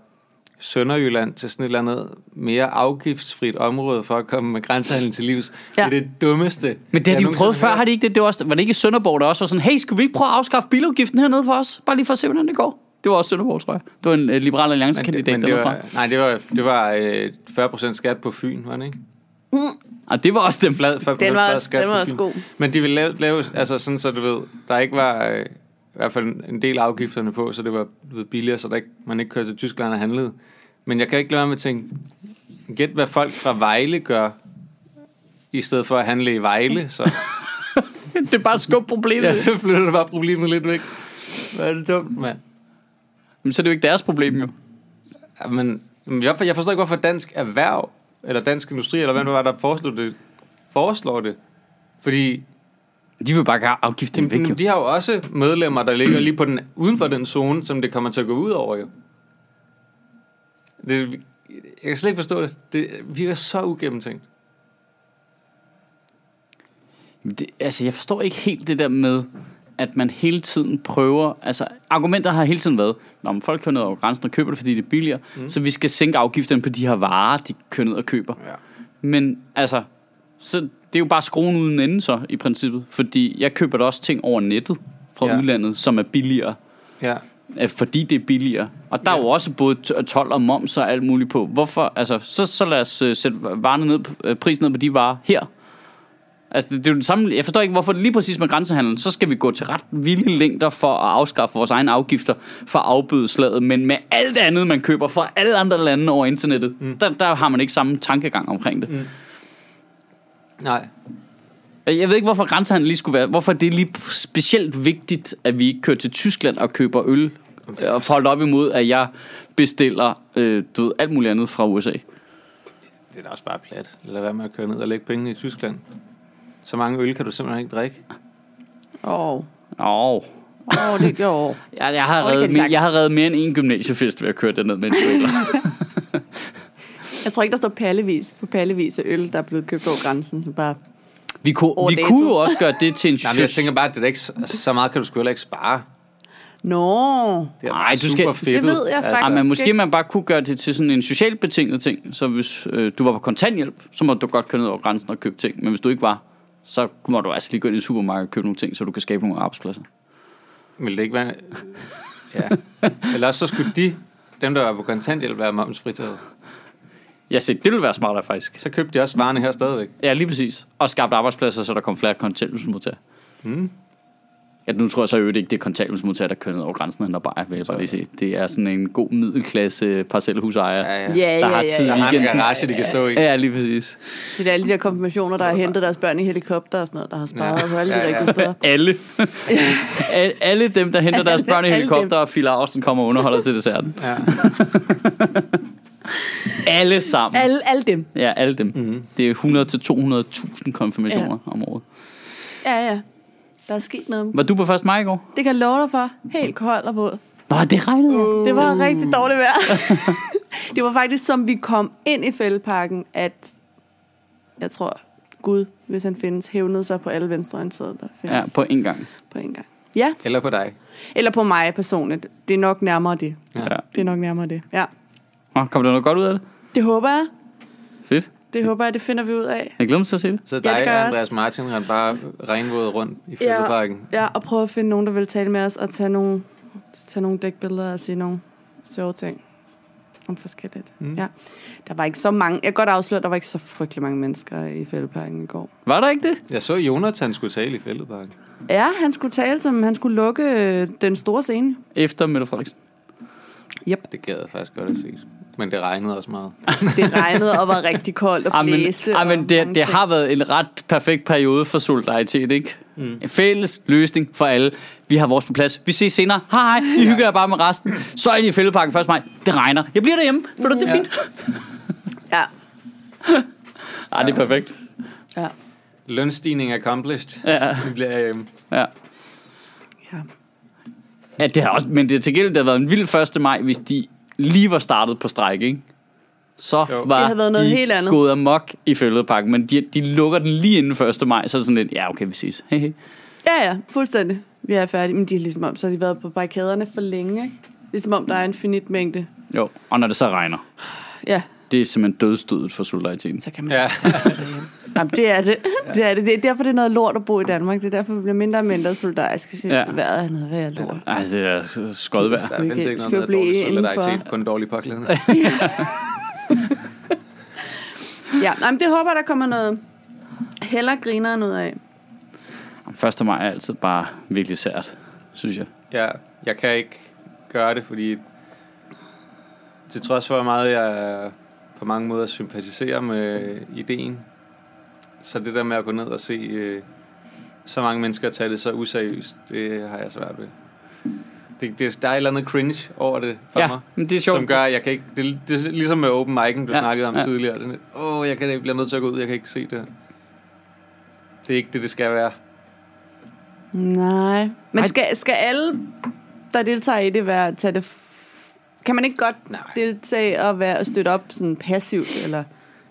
S3: Sønderjylland til sådan et eller andet mere afgiftsfrit område for at komme med grænsehandel til livs. Ja.
S1: Ja.
S3: Det er det dummeste.
S2: men det
S3: jeg
S2: har de jo
S3: nogensinde
S2: prøvet før,
S3: hørt.
S2: har de ikke det? det var, også, var det ikke i Sønderborg, der også var sådan, hey, skal vi ikke prøve at afskaffe bilafgiften hernede for os? Bare lige for at se, hvordan det går. Det var også Sønderborg, tror jeg. Det var en uh, liberal
S3: Men det,
S2: alliance-kandidat
S3: men det
S2: dernede fra.
S3: var, nej, det var, det var øh, 40% skat på Fyn, var det ikke?
S2: Og det var også dem.
S3: Flad, 40%
S1: Den var
S3: flad
S1: også-
S3: skat
S1: den var
S3: på
S1: også
S3: Fyn.
S1: god.
S3: Men de ville lave, lave altså sådan, så du ved, der ikke var øh, i hvert fald en del af afgifterne på, så det var du ved, billigere, så der ikke, man ikke kørte til Tyskland og handlede. Men jeg kan ikke lade være med at tænke, gæt hvad folk fra Vejle gør, i stedet for at handle i Vejle, så,
S2: det er bare skub problemet.
S3: ja, så flytter du bare problemet lidt væk. Hvad er det dumt, mand?
S2: Men så er det jo ikke deres problem, jo.
S3: Ja, Men men jeg for- jeg forstår ikke, hvorfor dansk erhverv, eller dansk industri, eller hvem det var, der foreslår det, foreslår det. Fordi
S2: De vil bare gerne afgifte dem væk, jo.
S3: Jamen, de har jo også medlemmer, der ligger lige på den, uden for den zone, som det kommer til at gå ud over jo. Det, jeg kan slet ikke forstå det. Det virker så ugennemtænkt.
S2: Jamen, Det, altså, jeg forstår ikke helt det der med, at man hele tiden prøver... Altså, argumenter har hele tiden været, når man folk kører ned over grænsen og køber det, fordi det er billigere, mm. så vi skal sænke afgifterne på de her varer, de kører ned og køber.
S3: Ja.
S2: Men altså, så det er jo bare skruen uden ende så, i princippet. Fordi jeg køber da også ting over nettet fra
S3: Ja.
S2: ja. udlandet, som er billigere.
S3: Ja.
S2: øh, fordi det er billigere. Og der ja. er jo også både t- 12 og moms og alt muligt på. Hvorfor? Altså, så, så lad os øh, sætte varerne ned, på- øh, prisen ned på de varer her. Altså, det, det er jo den samme, jeg forstår ikke, hvorfor lige præcis med grænsehandel, så skal vi gå til ret vilde længder for at afskaffe vores egne afgifter for at afbøde slaget, men med alt det andet, man køber fra alle andre lande over internettet, mm. der, der har man ikke samme tankegang omkring det. Mm.
S3: Nej.
S2: Jeg ved ikke, hvorfor grænsehandel lige skulle være... Hvorfor det er lige specielt vigtigt, at vi ikke kører til Tyskland og køber øl. øh, Og holdt op imod, at jeg bestiller øh, du ved, alt muligt andet fra USA.
S3: Det er da også bare plat. Lad være med at køre ned og lægge pengene i Tyskland. Så mange øl kan du simpelthen ikke drikke.
S1: Åh, oh.
S2: Åh,
S1: oh, det gjorde
S2: jeg, jeg, har
S1: Åh, det kan
S2: reddet,
S1: de
S2: mere,
S1: sagtens.
S2: jeg har reddet mere end en gymnasiefest ved at køre derned med en trailer.
S1: Jeg tror ikke, der står pallevis på pallevis af øl, der er blevet købt over grænsen. Så bare,
S2: Vi, kunne,
S1: Over
S2: vi
S1: dato.
S2: kunne jo også gøre det til en
S3: Nej, men jeg
S2: sys.
S3: tænker bare, at det er da ikke, så- altså, så meget kan du sgu heller ikke spare.
S1: nå,
S3: Det er
S2: Ej,
S3: bare
S2: du skal-
S3: super
S2: det
S3: fedtet.
S1: ved jeg
S2: Ej,
S1: faktisk.
S2: men måske
S1: ikke.
S2: man bare kunne gøre det til sådan en socialt betinget ting. Så hvis øh, du var på kontanthjælp, så måtte du godt køre ned over grænsen og købe ting. Men hvis du ikke var, så må du altså lige gå ind i supermarkedet og købe nogle ting, så du kan skabe nogle arbejdspladser.
S3: Vil det ikke være... Ja. Eller også så skulle de, dem der var på kontanthjælp, være momsfritaget.
S2: Ja, se, det ville være smartere faktisk.
S3: Så købte de også varerne her stadigvæk.
S2: Ja, lige præcis. Og skabte arbejdspladser, så der kom flere kontanthjælpsmodtagere. Mm. Ja, nu tror jeg så i øvrigt ikke, det er kontanthjælpsmodtagere, der kører ned over grænsen, han der bare, vil jeg bare lige se. Det er sådan en god middelklasse parcelhusejer,
S3: Ja, ja.
S1: Ja, ja,
S2: der har
S1: ja,
S2: tid i
S3: Der
S1: ja.
S3: har en
S2: weekenden.
S3: garage, de kan stå i.
S2: Ja, lige præcis.
S1: Det er alle de der konfirmationer, der har hentet deres børn i helikopter og sådan noget, der har sparet
S3: Ja.
S1: på alle de
S3: Ja, ja.
S1: rigtige steder.
S2: Alle. Al- alle dem, der henter deres
S1: Alle-
S2: børn i
S1: alle
S2: helikopter, og Phil Larsen kommer og underholder til desserten.
S3: Ja.
S2: Alle sammen.
S1: Alle, alle dem.
S2: Ja, alle dem. Mm-hmm. Det er 100-200.000 konfirmationer ja. om året.
S1: Ja, ja. Der er sket noget.
S2: Var du på 1. maj i går?
S1: Det kan jeg love dig for. Helt kold og våd.
S2: Nå, det regnede jeg.
S1: Det var rigtig dårligt vejr. det var faktisk, som vi kom ind i fældeparken, at jeg tror, Gud, hvis han findes, hævnede sig på alle venstreorienterede, der
S2: Ja,
S1: findes ja, på...
S2: på en gang.
S1: på en gang. Ja,
S3: Eller på dig.
S1: eller på mig personligt. Det er nok nærmere det.
S2: Ja.
S1: Det er nok nærmere det, ja.
S2: Nå, kom der noget godt ud af det?
S1: Det håber jeg.
S2: Fedt.
S1: Det håber jeg, det finder vi ud af.
S2: Jeg glemte til at se det.
S3: Så
S1: Ja,
S3: dig
S1: det gør
S3: ja,
S1: jeg
S3: og Andreas
S1: også.
S3: Martin rendte bare regnvåde rundt i fældeparken.
S1: ja, og prøve at finde nogen, der vil tale med os, og tage nogle, tage nogle dækbilleder og sige nogle sjove ting om forskelligt. Mm. Ja. Der var ikke så mange, jeg kan godt afsløre, der var ikke så frygtelig mange mennesker i fældeparken i går.
S2: Var der ikke det?
S3: Jeg så, Jonathan skulle tale i fældeparken.
S1: Ja, han skulle tale som, han skulle lukke øh, den store scene.
S2: Efter Mette Frederiksen.
S1: Yep.
S3: Det gad jeg faktisk godt at se. Men det regnede også meget.
S1: Det regnede og var rigtig koldt og
S2: Ej, Ah, men,
S1: blæste.
S2: ej,
S1: og
S2: men
S1: mange
S2: det, det
S1: ting.
S2: har været en ret perfekt periode for solidaritet, ikke? Mm. En fælles løsning for alle. Vi har vores på plads. Vi ses senere. Hej, hej. I hygger jer bare med resten. Så er I i fældeparken 1. maj. Det regner. Jeg bliver derhjemme. Ved du, det er fint.
S1: Ja.
S2: Ej, Ah, det er perfekt.
S1: ja.
S3: Lønstigning accomplished.
S2: Ja.
S3: Vi bliver øhm,
S2: Ja.
S1: ja.
S2: ja det har også, men det er til gengæld, det har været en vild 1. maj, hvis de lige var startet på stræk, ikke? Så
S3: Jo.
S2: var
S1: Det havde været noget
S2: de
S1: helt andet.
S2: gået amok i fældeparken, men de, de lukker den lige inden 1. maj, så er det sådan lidt, ja, okay, vi ses. Hey, hey.
S1: Ja, ja, fuldstændig. Vi er færdige. Men de er ligesom om, så har de været på barrikaderne for længe, ikke? Ligesom om, der er en finit mængde.
S2: Jo, og når det så regner,
S1: Ja,
S2: det er simpelthen dødstødet for solidariteten.
S1: så kan man...
S3: Ja.
S1: Ja. Jamen, det er det. det er det. Det er derfor, det er noget lort at bo i Danmark. Det er derfor, vi bliver mindre og mindre solidarisk. Jeg siger,
S2: Ja.
S1: ja. vejret er noget værd lort.
S2: Ej, det er skodvejr.
S1: Det
S3: Der
S1: Skal vi
S3: findes
S1: ikke-
S3: ikke
S1: skal vi
S3: noget, der er
S1: blive
S3: dårlig
S1: indenfor?
S3: solidaritet, kun dårlig påklædning.
S1: Ja, nej, men det håber jeg, der kommer noget heller griner ud af.
S2: 1. maj er altid bare virkelig sært, synes jeg.
S3: Ja, jeg kan ikke gøre det, fordi til trods for, hvor meget jeg på mange måder sympatiserer med ideen, så det der med at gå ned og se øh, så mange mennesker tage det så useriøst, det har jeg svært ved. Det, det, der er et eller andet cringe over det for
S2: Ja,
S3: mig,
S2: men det er sjovt.
S3: som gør, at jeg kan ikke... Det, er- det er ligesom med open mic'en, du
S2: Ja,
S3: ja, snakkede om
S2: ja.
S3: ja. tidligere. Det er sådan, lidt, Åh, oh, jeg, kan, jeg bliver nødt til at gå ud, jeg kan ikke se det her. Det er ikke det, det skal være.
S1: Nej.
S2: Nej.
S1: Men skal, skal alle, der deltager i det, være, tage det... F- kan man ikke godt
S3: Nej.
S1: deltage og være og støtte op sådan passivt, eller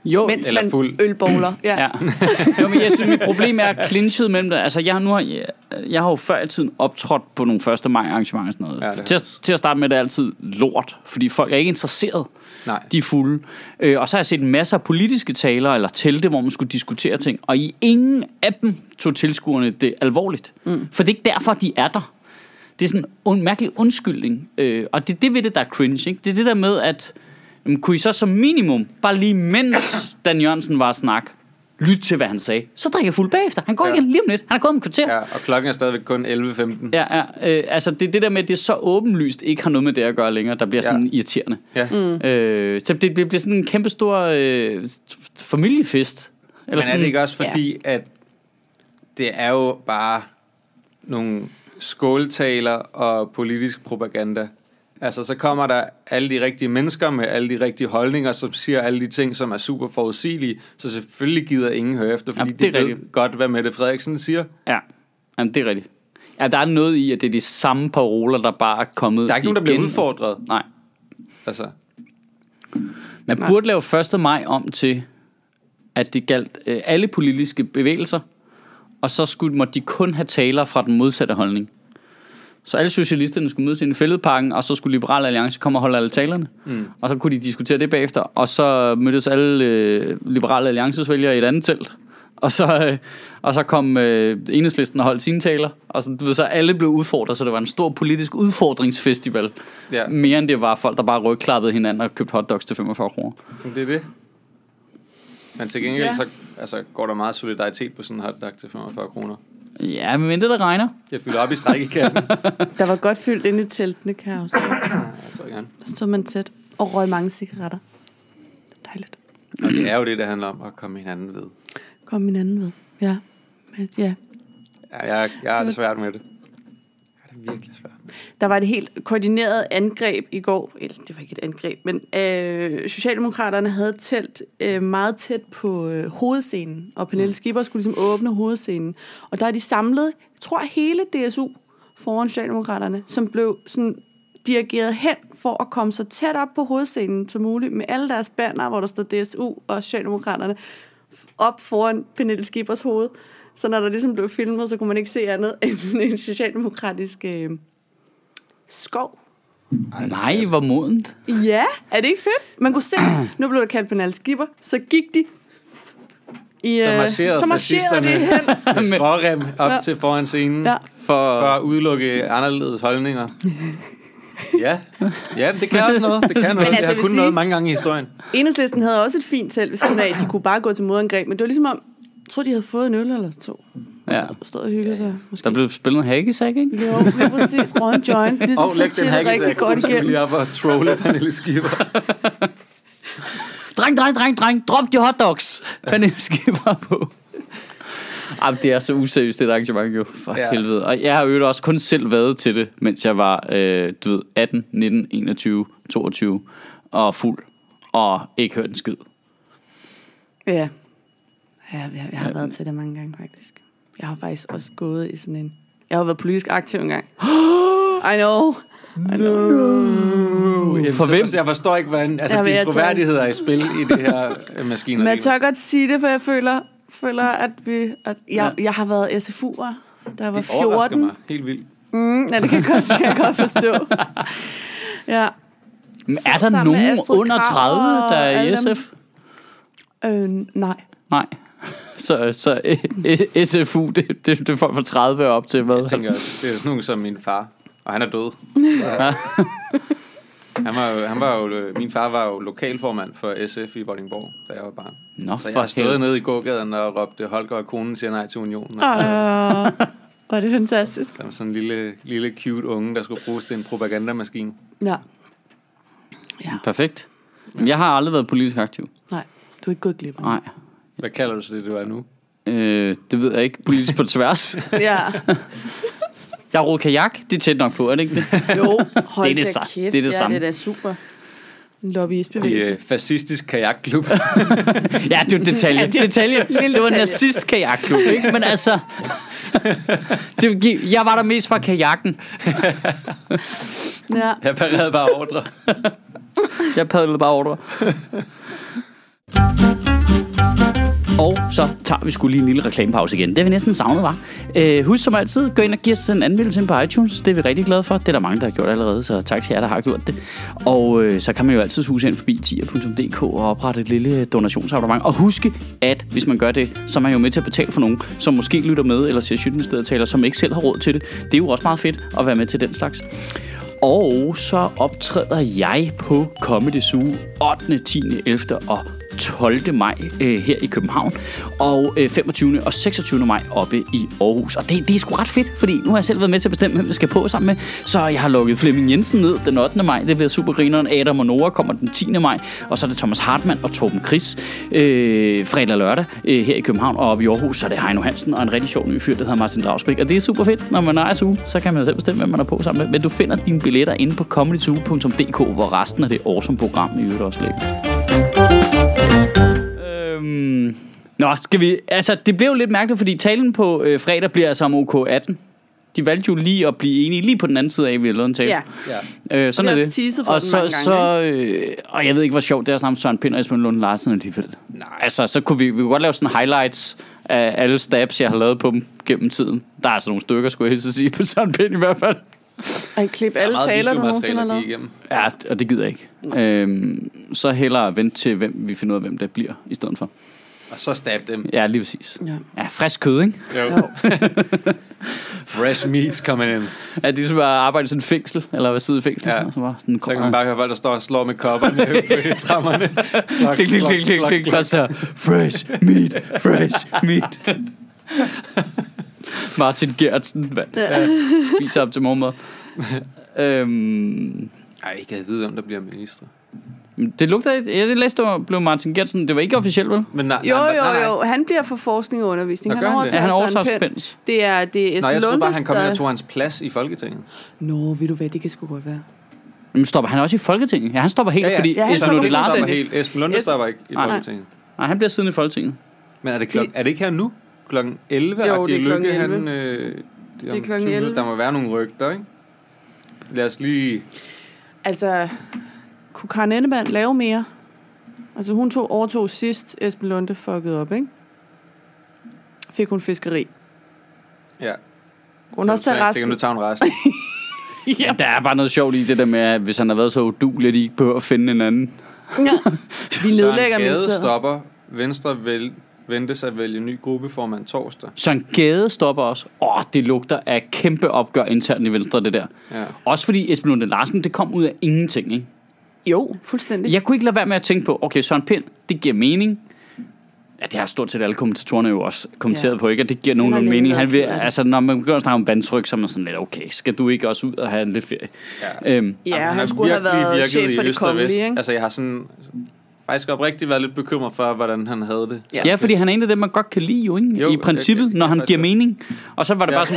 S2: Jo,
S1: mens
S3: Eller
S1: man
S3: fuld.
S1: ølbowler? Ja.
S2: Ja.
S1: ja.
S2: jo, men jeg synes, mit problem er clinchet mellem det. Altså, jeg, har nu har, jeg, jeg har jo før i tiden optrådt på nogle 1. maj arrangementer og sådan
S3: Ja,
S2: noget.
S3: det
S2: Ja,
S3: har
S2: til,
S3: jeg
S2: at, til at starte med, det er altid lort, fordi folk er ikke interesseret.
S3: Nej.
S2: De er fulde. Øh, og så har jeg set masser af politiske taler eller telte, hvor man skulle diskutere ting, og i ingen af dem tog tilskuerne det alvorligt. Mm. For det er ikke derfor, de er der. Det er sådan en mærkelig undskyldning. Øh, og det er det ved det, der er cringe. Ikke? Det er det der med, at jamen, kunne I så som minimum, bare lige mens Dan Jørgensen var at snakke, lytte til, hvad han sagde. Så drikker jeg fuld bagefter. Han går ja.
S3: Ja.
S2: igen lige om lidt. Han er gået om et kvarter.
S3: Ja, og klokken er stadigvæk kun 11.15.
S2: Ja, ja øh, altså det, det der med, at det er så åbenlyst ikke har noget med det at gøre længere, der bliver
S3: Ja.
S2: sådan irriterende.
S3: Ja.
S2: Mm. Øh, så det, det bliver sådan en kæmpe stor øh, familiefest. Eller
S3: Men er
S2: sådan,
S3: det ikke også fordi, ja. at det er jo bare nogle skåltaler og politisk propaganda. Altså, så kommer der alle de rigtige mennesker med alle de rigtige holdninger, som siger alle de ting, som er super forudsigelige. Så selvfølgelig gider ingen høre efter, fordi
S2: Jamen, det
S3: Jamen,
S2: er
S3: de ved
S2: rigtigt.
S3: godt, hvad Mette Frederiksen siger.
S2: Ja, Jamen, det er rigtigt. Ja, der er noget i, at det er de samme paroler, der bare er kommet
S3: Der er ikke nogen, der bliver
S2: igen.
S3: udfordret.
S2: Nej.
S3: Altså,
S2: Man Nej. burde lave 1. maj om til, at det galt øh, alle politiske bevægelser, og så skulle, måtte de kun have taler fra den modsatte holdning. Så alle socialisterne skulle mødes inde i fældeparken, og så skulle Liberale Alliance komme og holde alle talerne. Mm. Og så kunne de diskutere det bagefter, og så mødtes alle øh, Liberale Alliances vælgere i et andet telt. Og så, øh, og så kom øh, enhedslisten og holdt sine taler. Og så, du ved, så alle blev udfordret, så det var en stor politisk udfordringsfestival.
S3: Ja.
S2: Mere end det var folk, der bare rygklappede hinanden og købte hotdogs til 45 kroner.
S3: men det er det. Men til gengæld,
S1: Ja.
S3: ja. så altså, går der meget solidaritet på sådan en hotdog til 45 kroner.
S2: Ja, men det der regner.
S3: Jeg fylder op i strækkekassen.
S1: Der var godt fyldt inde i teltene, kan jeg også. sige.
S3: Jeg tror gerne.
S1: Der stod man tæt og røg mange cigaretter. Dejligt.
S3: Og det er jo det, det handler om at komme hinanden ved.
S1: Kom min anden ved. Ja. Men, ja.
S3: Ja, jeg, jeg har det svært med det. Jeg har det virkelig svært. med det.
S1: Der var et helt koordineret angreb i går. Eller, det var ikke et angreb, men øh, Socialdemokraterne havde et telt øh, meget tæt på øh, hovedscenen, og Pernille Skipper skulle ligesom åbne hovedscenen. Og der er de samlet, jeg tror hele DSU foran Socialdemokraterne, som blev sådan dirigeret hen for at komme så tæt op på hovedscenen som muligt, med alle deres banner, hvor der står DSU og Socialdemokraterne, f- op foran Pernille Skippers hoved. Så når der ligesom blev filmet, så kunne man ikke se andet end sådan en socialdemokratisk øh, skov.
S2: Nej,
S3: altså.
S2: hvor modent.
S1: Ja, er det ikke fedt? Man kunne se, nu blev der kaldt Pernal Skipper, så gik de. I,
S3: Så
S1: øh,
S3: marcherede,
S1: så marcherede de hen.
S3: fascisterne med skrårem op
S1: Ja.
S3: ja. til foran scenen.
S1: Ja.
S3: Ja.
S2: For,
S3: For at udelukke anderledes holdninger. Ja. ja, det kan også noget. Det kan noget.
S1: altså,
S3: Altså, det
S1: jeg
S3: har
S1: vil
S3: kun
S1: sige-
S3: noget mange gange i historien.
S1: Enhedslisten havde også et fint telt ved siden af. De kunne bare gå til modangreb, men det var ligesom om, jeg tror, de havde fået en øl eller to.
S2: ja,
S1: Og stod og hyggede sig. Måske.
S2: der blev spillet en haggis-hag, ikke?
S1: Jo, lige præcis. Røg en joint. Det
S3: Og læg
S1: er
S3: den
S1: sådan rigtig
S3: hakkesæk,
S1: godt
S3: nu skal vi
S1: igennem.
S3: lige op og trolle Pernille Skipper.
S2: Dreng, dreng, dreng, dreng, drop de hotdogs. Pernille Skipper på. Jamen, det er så useriøst, det der arrangement jo. For ja.
S3: Ja.
S2: helvede. Og jeg har jo også kun selv været til det, mens jeg var øh, du ved, 18, 19, 21, 22 og fuld. Og ikke hørt en skid.
S1: Ja. Ja, jeg, jeg har været til det mange gange, faktisk. Jeg har faktisk også gået i sådan en... Jeg har været politisk aktiv engang. I know. I know.
S3: Jamen,
S2: For
S3: så-
S2: hvem?
S3: Jeg forstår ikke, hvordan altså,
S1: Ja, men
S3: din
S1: jeg tror-
S3: troværdighed er i spil i det her øh, maskineri.
S1: Men jeg tør godt sige det, for jeg føler, føler at, vi, at jeg, ja. jeg har været SFU'er, da jeg var
S3: Det overrasker
S1: 14.
S3: mig. Helt vildt.
S1: Mm, ja, det kan jeg godt, det kan jeg godt forstå. ja.
S2: Men
S1: Så
S2: er der
S1: sammen med
S2: nogen
S1: Astrid
S2: under
S1: Krag
S2: 30, der
S1: og
S2: er i
S1: alle dem.
S2: SF?
S1: Øh, nej.
S2: Nej. Så, så øh, øh, SFU, det, det, det er folk fra 30 og op til, hvad?
S3: Jeg tænker også, det er sådan nogen som min far, og han er død. han var jo, han var jo, min far var jo lokalformand for SF i Vordingborg, da jeg var barn.
S2: Nå,
S3: Så
S2: for
S3: jeg har stået
S2: helvede.
S3: nede i gågaden og råbte, Holger og konen siger nej til unionen. Og
S1: Øh, var det fantastisk.
S3: Som sådan en lille, lille cute unge, der skulle bruges til en propagandamaskine.
S1: Ja. Ja,
S2: Perfekt. Jamen, jeg har aldrig været politisk aktiv.
S1: nej. Du er ikke gået glip af
S2: Nej.
S3: Hvad kalder du så det, du er nu?
S2: Øh, det ved jeg ikke. Politisk på tværs.
S1: det. Ja.
S2: Jeg har roet kajak. Det er tæt nok på, er det ikke det?
S1: Jo, hold
S2: Det er det
S1: da
S2: sa-
S1: kæft.
S2: det er det
S1: ja,
S2: samme.
S1: det er da super. En
S3: I
S1: lobbyistbevægelse.
S3: øh, fascistisk kajakklub.
S2: Ja, det er jo detalje.
S1: Ja, det er-
S2: detalje.
S1: Lille
S2: Det var en
S1: detalje.
S2: nazist kajakklub, ikke? Men altså... Det, gi- jeg var der mest fra kajakken.
S1: Ja.
S3: jeg parerede bare ordre.
S2: Jeg padlede bare ordre. Og så tager vi skulle lige en lille reklamepause igen. Det har vi næsten savnet, var. Øh, husk som altid, gå ind og giv os en anmeldelse ind på iTunes. Det er vi rigtig glade for. Det er der mange, der har gjort allerede, så tak til jer, der har gjort det. Og øh, så kan man jo altid huse ind forbi tier.dk og oprette et lille donationsabonnement. Og husk, at hvis man gør det, så er man jo med til at betale for nogen, som måske lytter med eller ser Sjøtministeriet taler, som ikke selv har råd til det. Det er jo også meget fedt at være med til den slags. Og så optræder jeg på Comedy Zoo 8., 10., 11. og 12. maj øh, her i København, og øh, 25. og 26. maj oppe i Aarhus. Og det, det er sgu ret fedt, fordi nu har jeg selv været med til at bestemme, hvem jeg skal på sammen med. Så jeg har lukket Flemming Jensen ned den 8. maj, det bliver super grineren. Adam og Nora kommer den 10. maj, og så er det Thomas Hartmann og Torben Chris øh, fredag og lørdag øh, her i København og oppe i Aarhus. Så er det Heino Hansen og en rigtig sjov ny fyr, der hedder Martin Dragsbæk. Og det er super fedt, når man er i uge, så kan man selv bestemme, hvem man er på sammen med. Men du finder dine billetter inde på comedyzoo.dk, hvor resten af det awesome program i øvrigt også ligger. Øhm, nå, skal vi... Altså, det blev jo lidt mærkeligt, fordi talen på øh, fredag bliver altså om OK18. De valgte jo lige at blive enige lige på den anden side af, at vi havde lavet en tale.
S1: Ja.
S3: Ja.
S2: Øh, sådan
S1: Vi
S2: er
S1: har
S2: det.
S1: også teaset for
S2: og
S1: den
S2: så,
S1: mange
S2: så øh, og jeg ved ikke, hvor sjovt det er at snakke om Søren Pind og Esben Lund Larsen alligevel. Nej. Altså, så kunne vi, vi kunne godt lave sådan highlights af alle stabs, jeg har lavet på dem gennem tiden. Der er altså nogle stykker, skulle jeg helst sige, på Søren Pind i hvert fald.
S1: Ej, klip alle taler, du nogensinde har
S3: at
S1: lavet.
S3: give igennem.
S2: Ja, og det gider jeg ikke. Øhm, så hellere vente til, hvem vi finder ud af, hvem det bliver, i stedet for.
S3: Og så stab dem.
S2: Ja, lige præcis.
S1: Ja.
S2: Ja, frisk kød, ikke?
S3: Jo. Fresh meats coming in.
S2: Ja, de skal bare arbejde i sådan et fængsel, eller hvad sidder i fængsel.
S3: Ja.
S2: Og så, bare sådan,
S3: Så kan man bare høre folk, der står og slår med kopperne i trammerne. Klok,
S2: Klik, klik, klik, klik, klik, klik, og så fresh meat, fresh meat. Martin Gertsen, mand. Ja. Spiser op til morgenmad. øhm,
S3: Ej, jeg kan vide, hvem der bliver minister.
S2: det lugter lidt... Jeg læste, der blev Martin Gertsen. Det var ikke officielt, vel?
S3: Men nej,
S1: Jo,
S3: nej, nej, nej.
S1: jo, jo. Han bliver for forskning og undervisning.
S3: Nå,
S1: Han
S3: gør han det?
S2: Ja,
S1: overtager,
S2: han overtager
S1: Søren Pind.
S2: Spænds.
S1: Det er, det er
S3: Nej,
S1: Esben
S3: jeg troede bare, han
S1: Lundes,
S3: kom ind og
S1: der...
S3: tog hans plads i Folketinget.
S1: Nå, ved du hvad, det kan sgu godt være.
S2: Men stopper han også i Folketinget? Ja, han stopper helt,
S3: Ja, ja.
S2: fordi...
S1: Ja, han
S2: Esben
S1: stopper
S2: Lunde
S1: fuldstændig.
S2: Larsen-
S3: stopper helt. Esben Lunde
S1: Esben-
S3: stopper ikke i
S2: Nej.
S3: Folketinget.
S2: Nej, han bliver siddende i Folketinget.
S3: Men er det, klok- er det ikke her nu? Klokken 11?
S1: Jo,
S3: og
S1: det er klokken
S3: Lykke,
S1: 11.
S3: Han, øh, det
S1: er
S3: om
S1: klokken
S3: 20 minutter.
S1: 11.
S3: Der må være nogle rygter, ikke? Lad os lige...
S1: Altså, kunne Karen Ellemann lave mere? Altså, hun tog, overtog sidst Esben Lunde fuckede op, ikke? Fik hun fiskeri.
S3: Ja.
S1: Hun har også taget
S3: Det kan du
S1: resten.
S3: tage en resten.
S2: Ja. Der er bare noget sjovt i det der med, at hvis han har været så udulig, at de ikke behøver at finde en anden.
S1: Ja. Vi nedlægger
S3: Søren Gade
S1: ministeriet.
S3: stopper. Venstre vil, ventes at vælge ny gruppeformand torsdag.
S2: Søren Gade stopper også. Åh, det lugter af kæmpe opgør internt i Venstre, det der.
S3: Ja.
S2: Også fordi Esben Lunde Larsen, det kom ud af ingenting, ikke?
S1: Jo, fuldstændig.
S2: Jeg kunne ikke lade være med at tænke på, okay, Søren Pind, det giver mening. Ja, det har stort set alle kommentatorerne jo også kommenteret
S1: Ja.
S2: på, ikke? At det giver
S1: er
S2: nogenlunde
S1: nemlig
S2: mening. Han vil,
S1: ked af det.
S2: altså, når man begynder at snakke om vandtryk, så er man sådan lidt, okay, skal du ikke også ud og have en lidt ferie? Ja. Øhm,
S1: Ja,
S3: Jamen,
S1: han,
S3: har
S1: skulle have
S3: virkelig
S1: været
S3: virket
S1: chef
S3: i
S1: for det
S3: øst og vest.
S1: kongelige, ikke?
S3: Altså, jeg har sådan faktisk oprigtigt været lidt bekymret for, hvordan han havde det.
S1: Ja.
S2: ja, fordi han er en af dem, man godt kan lide jo, ikke?
S3: Jo,
S2: Jo, I princippet,
S3: jeg- jeg-
S2: når han
S3: jeg-
S2: giver mening. Og så var det
S3: Ja.
S2: bare som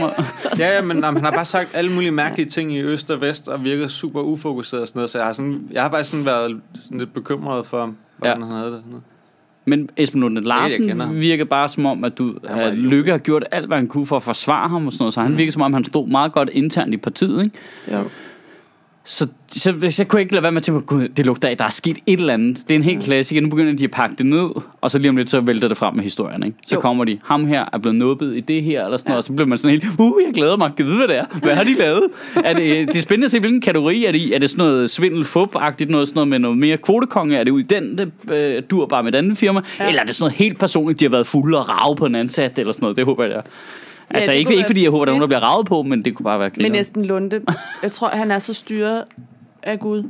S2: at,
S3: Ja, ja men jamen, han har bare sagt alle mulige mærkelige ting i øst og vest, og virket super ufokuseret og sådan noget, så jeg har, sådan, jeg har faktisk sådan været sådan lidt bekymret for, hvordan
S2: Ja.
S3: ja. han havde det. og sådan noget.
S2: Men Esben Lunde
S3: jeg kender.
S2: Larsen virker bare som om, at du
S3: var
S2: at
S3: ikke Mm. okay.
S2: Lykke har gjort alt, hvad han kunne for at forsvare ham og sådan noget. Så han virker som om, han stod meget godt internt i partiet, ikke?
S1: Jo.
S2: Så, så, så kunne jeg ikke lade være med at tænke på, gud, det lugter af, at der er sket et eller andet. Det er en
S1: Mm.
S2: helt klassiker. Nu begynder de at pakke det ned, og så lige om lidt, så vælter det frem med historien, ikke? Så
S1: Jo.
S2: kommer de, ham her er blevet nubbet i det her, eller sådan noget, og så bliver man sådan helt, uh, jeg glæder mig, Gid, hvad det er. Hvad har de lavet? er det, øh, det er spændende at se, hvilken kategori er det i? Er det sådan noget svindelfup-agtigt noget, sådan noget med noget mere kvotekonge? Er det ud i den øh, dur bare med et andet firma?
S1: Ja.
S2: Ja. Eller er det sådan noget helt personligt, de har været fulde og rave på en ansat, eller sådan noget? Det håber jeg, det er. Altså
S1: det
S2: ikke,
S1: kunne
S2: ikke
S1: være
S2: fordi jeg håber, der er nogen, der
S1: fedt.
S2: bliver ravet på, men det kunne bare være
S1: Men
S2: grineren.
S1: Esben Lunde, jeg tror, han er så styret af Gud.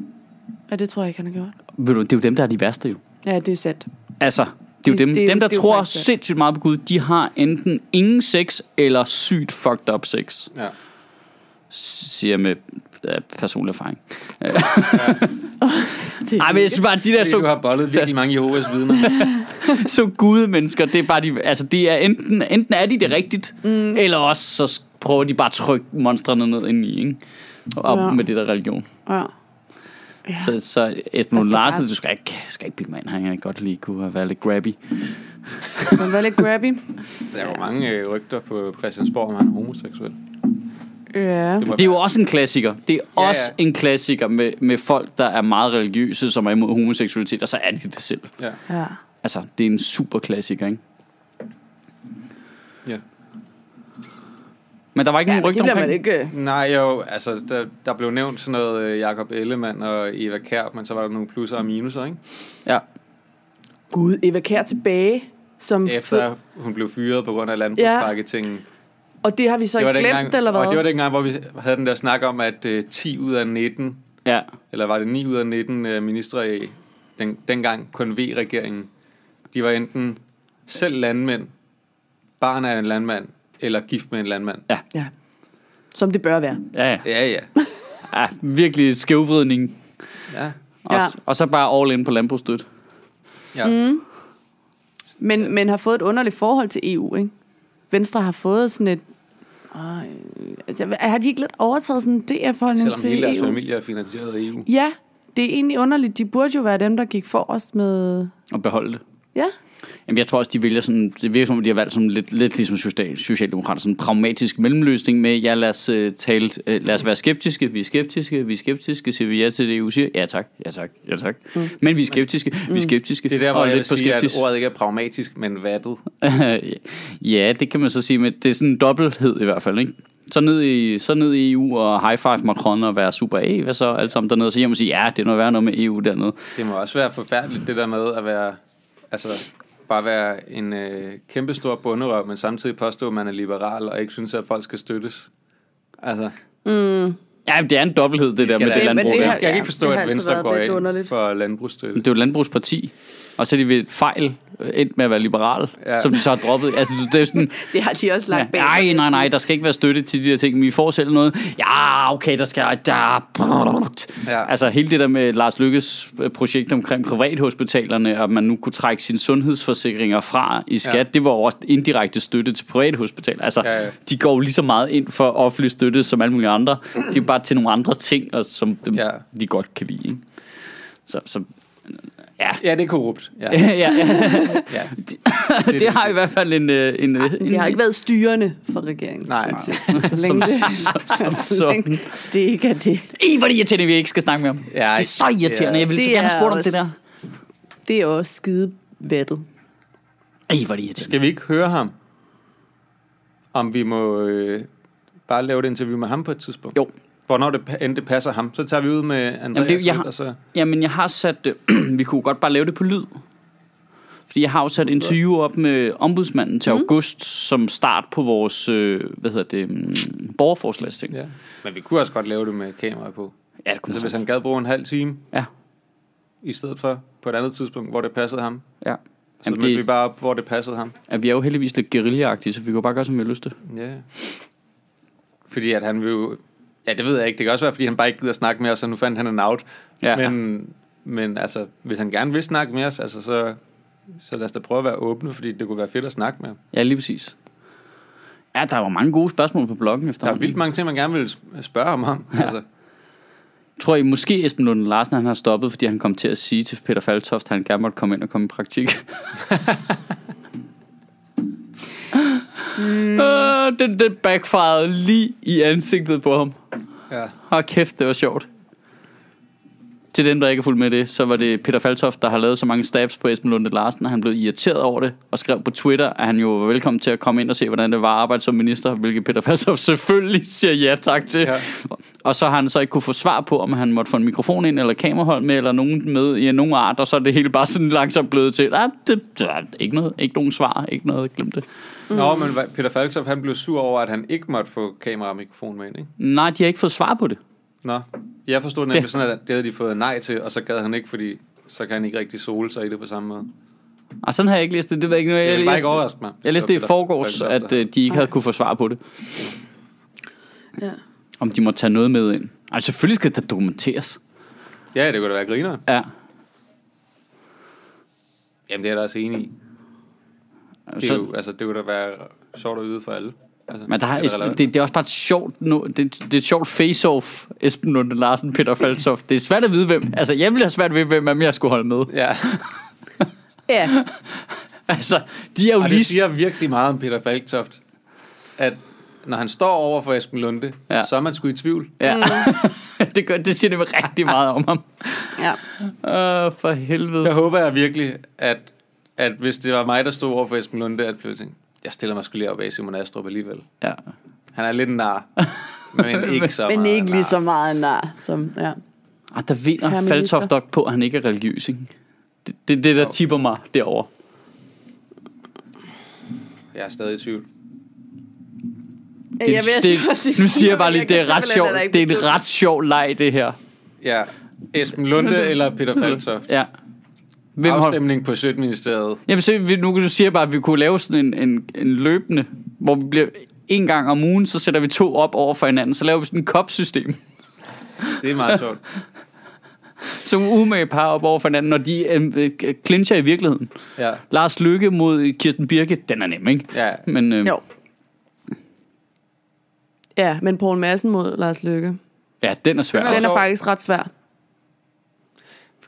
S1: Ja, det tror jeg ikke, han har gjort.
S2: Ved du, det er jo dem, der er de værste jo.
S1: Ja, det er sandt.
S2: Altså, det er
S1: Det-
S2: jo dem,
S1: det er jo-
S2: dem der
S1: det er jo
S2: tror
S1: faktisk det.
S2: sindssygt meget på Gud, de har enten ingen sex eller sygt fucked up sex,
S3: Ja.
S2: siger jeg med øh, personlig erfaring.
S1: Det er
S2: Nej, men jeg synes bare, de der
S3: Fordi du
S2: så,
S3: har bollet virkelig mange Jehovas vidner.
S2: så gude mennesker, det er bare de, altså det er enten, enten er de det rigtigt, mm. eller også så prøver de bare at trykke monstrene ned ind i, ikke? Og op
S1: Ja.
S2: ja. med det der religion.
S1: Ja.
S2: Så, så Edmund
S1: skal Altså,
S2: Larsen,
S1: bare-
S2: du skal ikke, skal ikke bilde mig ind, han kan godt lige kunne have været lidt grabby.
S1: Men var lidt grabby.
S3: Der er jo mange øh, rygter på Christiansborg, om han er homoseksuel.
S1: Ja.
S3: må
S2: Det er jo
S3: være-
S2: også en klassiker. Det er
S3: Ja, ja.
S2: også en klassiker med, med folk, der er meget religiøse, som er imod homoseksualitet, og så er de det selv.
S3: Ja.
S1: ja.
S2: Altså, det er en super klassiker, ikke?
S3: ja.
S2: Men der var ikke
S1: Ja,
S2: nogen
S1: men det
S2: rygter
S1: bliver
S2: omkring.
S1: man
S2: det.
S1: ikke... øh,
S3: Nej, jo, altså, der, der blev nævnt sådan noget øh, Jakob Ellemann og Eva Kær, men så var der nogle plusser og minuser, ikke?
S2: Ja.
S1: Gud, Eva Kær tilbage som fed.
S3: Efter hun blev fyret på grund af landbrugspakketingen. Ja.
S1: Og det har vi så
S3: Det var
S1: ikke
S3: den
S1: glemt,
S3: gang,
S1: eller hvad?
S3: Og det var dengang, hvor vi havde den der snak om, at øh, 10 ud af 19,
S2: Ja.
S3: eller var det 9 ud af 19 øh, ministre i den, dengang kun V-regeringen de var enten selv landmænd, barn af en landmand, eller gift med en landmand.
S2: Ja.
S1: Ja. Som det bør være.
S2: Ja, ja.
S3: Ja, ja.
S2: ja virkelig skævvridning.
S3: ja.
S1: Ja.
S2: Også, Og så bare all in på landbrugsstøtte.
S3: ja. Mm.
S1: Men, ja. men har fået et underligt forhold til EU, ikke? Venstre har fået sådan et... Ej, altså, har de ikke lidt overtaget sådan en DF-holdning
S3: Selvom
S1: til
S3: hele deres
S1: EU?
S3: familie er finansieret af E EU.
S1: Ja, det er egentlig underligt. De burde jo være dem, der gik forrest med...
S2: Og beholde det.
S1: Ja,
S2: Jamen, jeg tror også, de vælger sådan, det virker som om, de har valgt sådan lidt, lidt ligesom social- socialdemokrater, sådan en pragmatisk mellemløsning med, ja, lad os, øh, tale, øh, lad os være skeptiske, vi er skeptiske, vi er skeptiske, siger vi ja til det, EU siger, ja tak, ja tak, ja tak. Mm. Men vi er skeptiske, mm. vi er skeptiske,
S3: Det er der, hvor
S2: og
S3: jeg vil
S2: lidt på
S3: sige, at
S2: skeptisk.
S3: ordet ikke er pragmatisk, men vattet.
S2: ja, det kan man så sige, men det er sådan en dobbelthed i hvert fald, ikke? Så ned, i, så ned i EU og high five Macron og være super A, hvad så? Alt sammen dernede og så hjem og sige, ja, det er noget værd noget med EU dernede.
S3: Det må også være forfærdeligt, det der med at være, altså, bare være en øh, kæmpe stor bunderøv, men samtidig påstå, at man er liberal, og ikke synes, at folk skal støttes. Altså,
S2: Ja, men det er en dobbelthed, det der
S3: skal
S2: med
S3: der-
S2: det
S1: Men
S2: landbrug.
S1: det
S2: der.
S1: har-
S3: jeg kan
S1: ja,
S3: ikke forstå,
S1: det har
S3: at
S1: altid
S3: Venstre
S1: været
S3: går
S1: lidt
S3: ind
S1: underligt.
S3: for landbrugsstøtte.
S2: Det er jo et landbrugsparti, og så er de ved et fejl øh, endt med at være liberal, ja.
S3: Ja.
S2: som de så har droppet. Altså, det er jo sådan,
S1: det har de også
S2: ja,
S1: lagt bag. sig, vil
S2: nej,
S1: jeg
S2: nej, nej,
S1: sige.
S2: der skal ikke være støtte til de der ting, men vi får selv noget. Ja, okay, der skal... Der, ja.
S3: Ja.
S2: Altså, hele det der med Lars Lykkes øh, projekt omkring privathospitalerne, og at man nu kunne trække sine sundhedsforsikringer fra i skat, ja.
S3: Ja.
S2: det var jo også indirekte støtte til privathospitaler. Altså, ja,
S3: Ja,
S2: ja.
S3: ja.
S2: de går jo lige så meget ind for offentlig støtte som alle mulige andre. Det er jo bare til nogle andre ting, og som dem, ja.
S3: Ja.
S2: de godt kan lide. Ikke? Så, så ja,
S3: Ja, det er korrupt. Ja.
S2: ja, ja.
S3: ja.
S2: Det, det har i hvert fald en... øh, en, øh, en
S1: Det har ikke været styrende for regeringens
S3: Nej.
S1: politik. Så længe, det,
S2: som
S1: så længe det ikke er det.
S2: Ej, hvor er det irriterende, vi ikke skal snakke mere om. Ja, det er så irriterende.
S3: ja.
S2: Jeg ville så gerne have spurgt om det der.
S1: der. Det er også skide vettet.
S2: Ej, hvor er det irriterende.
S3: Skal vi ikke høre ham? Om vi må øh, bare lave et interview med ham på et tidspunkt?
S2: Jo.
S3: Hvornår det pa- end det passer ham. Så tager vi ud med Andreas Jamen
S2: jeg har-
S3: og så...
S2: Jamen, jeg har sat... øh, vi kunne godt bare lave det på lyd. Fordi jeg har jo sat interview op med ombudsmanden
S3: Mhm.
S2: til mm. august, som start på vores, øh, hvad hedder det, mm, borgerforslagsting. Ja,
S3: Ja. Men vi kunne også godt lave det med kamera på.
S2: ja det kunne
S3: Altså,
S2: man
S3: hvis
S2: sige.
S3: han gad bruge en halv time
S2: Ja,
S3: i stedet for på et andet tidspunkt, hvor det passede ham.
S2: ja.
S3: Så Jamen,
S2: Jamen,
S3: mødte
S2: det,
S3: vi bare op, hvor det passede ham.
S2: at vi er jo heldigvis lidt guerillaagtige, så vi kan bare gøre, som vi har lyst til.
S3: Ja. Fordi at han vil jo... Ja, det ved jeg ikke. Det kan også være, fordi han bare ikke gider snakke med os, og nu fandt han en out.
S2: Ja.
S3: Men, men altså, hvis han gerne vil snakke med os, altså, så, så lad os da prøve at være åbne, fordi det kunne være fedt at snakke med ham.
S2: Ja, lige præcis. Ja, der var mange gode spørgsmål på bloggen efter.
S3: Der er vildt mange ting, man gerne vil sp- spørge ham om. Ja. Altså,
S2: Tror I måske Esben Lunde Larsen han har stoppet, fordi han kom til at sige til Peter Faltoft, at han gerne måtte komme ind og komme i praktik? mm. øh, den, den backfired lige i ansigtet på ham.
S3: ja.
S2: Og kæft, det var sjovt. Til dem, der ikke er fuldt med det, så var det Peter Faltoft, der har lavet så mange stabs på Esben Lunde Larsen, at han blev irriteret over det, og skrev på Twitter, at han jo var velkommen til at komme ind og se, hvordan det var at arbejde som minister, hvilket Peter Faltoft selvfølgelig siger ja tak til. Ja.
S3: Ja.
S2: Og så har han så ikke kunne få svar på, om han måtte få en mikrofon ind, eller et kamerahold med, eller nogen med i ja, nogen art, og så er det hele bare sådan langsomt blevet til, at det, der er ikke, noget, ikke nogen svar, ikke noget, glem det.
S3: Nå, men hvad- Peter Falksoff, han blev sur over, at han ikke måtte få kamera og mikrofon med ind, ikke?
S2: Nej, de har ikke fået svar på det.
S3: Nå, jeg forstod nemlig det. sådan, at det havde de fået nej til, og så gad han ikke, fordi så kan han ikke rigtig sole sig i det på samme måde.
S2: Og Ah, sådan har jeg ikke læst det, det ved jeg ikke.
S3: Det
S2: jeg
S3: vil bare ikke
S2: læste-
S3: overraske mig.
S2: Jeg læste det i
S3: Peter
S2: forgårs,
S3: Falksoft,
S2: at øh, de ikke havde kunne få svar på det.
S1: Ja.
S2: Om de må tage noget med ind. Ej, selvfølgelig skal det dokumenteres.
S3: Ja, det kunne da være griner.
S2: Ja.
S3: Jamen, det er jeg da også enig i. Det, er
S2: Så,
S3: jo, altså, det kunne da være sjovt at yde for alle. Altså,
S2: men der har
S3: det er
S2: Esben, det,
S3: relevant.
S2: det, er også bare et sjovt, no, det, det er et sjovt face-off, Esben Lunde Larsen, Peter Falsoff. Det er svært at vide, hvem. Altså, jeg ville have svært ved, hvem af dem jeg skulle holde med.
S3: Ja,
S1: ja.
S2: Altså, de er jo
S3: og
S2: lige...
S3: det siger virkelig meget om Peter Falktoft, at når han står over for Esben Lunde,
S2: Ja.
S3: ja. så er man sgu i tvivl.
S2: Ja. det, gør, det siger nemlig rigtig meget om ham.
S1: ja.
S2: Åh, for helvede.
S3: Der håber jeg virkelig, at, at hvis det var mig, der stod over for Esben Lunde, at jeg tænkte, jeg stiller mig skulle lige op af Simon Astrup alligevel.
S2: Ja.
S3: Han er lidt en nar, men ikke så
S1: Men
S3: meget
S1: ikke
S3: nar.
S1: lige så meget nar som... Ja.
S2: Og Ah, der vinder
S1: Herre minister.
S2: Faltoft nok på, at han ikke er religiøs, ikke? Det er det, det, der tipper mig derover.
S3: Jeg er stadig i tvivl.
S2: Det, er- det, nu siger jeg bare lige, det er ret sjovt. Det er en ret sjov leg, det her.
S3: Ja, Esben Lunde eller Peter Falktoft.
S2: Ja. Hvem har,
S3: Afstemning på Sødministeriet.
S2: jamen, se, vi- nu kan du sige bare, at vi kunne lave sådan en, en, en løbende, hvor vi bliver en gang om ugen, så sætter vi to op over for hinanden, så laver vi sådan en kopsystem.
S3: Det er meget sjovt.
S2: Så umage par op over for hinanden, når de øh, øh, clincher i virkeligheden.
S3: Ja.
S2: Lars Lykke mod Kirsten Birke, den er nem, ikke?
S3: Ja.
S2: Men, øh,
S1: Jo. Ja, men Poul Madsen mod Lars Løkke.
S2: ja, den er svær.
S3: Den
S1: Den
S3: sjov.
S1: er faktisk ret svær.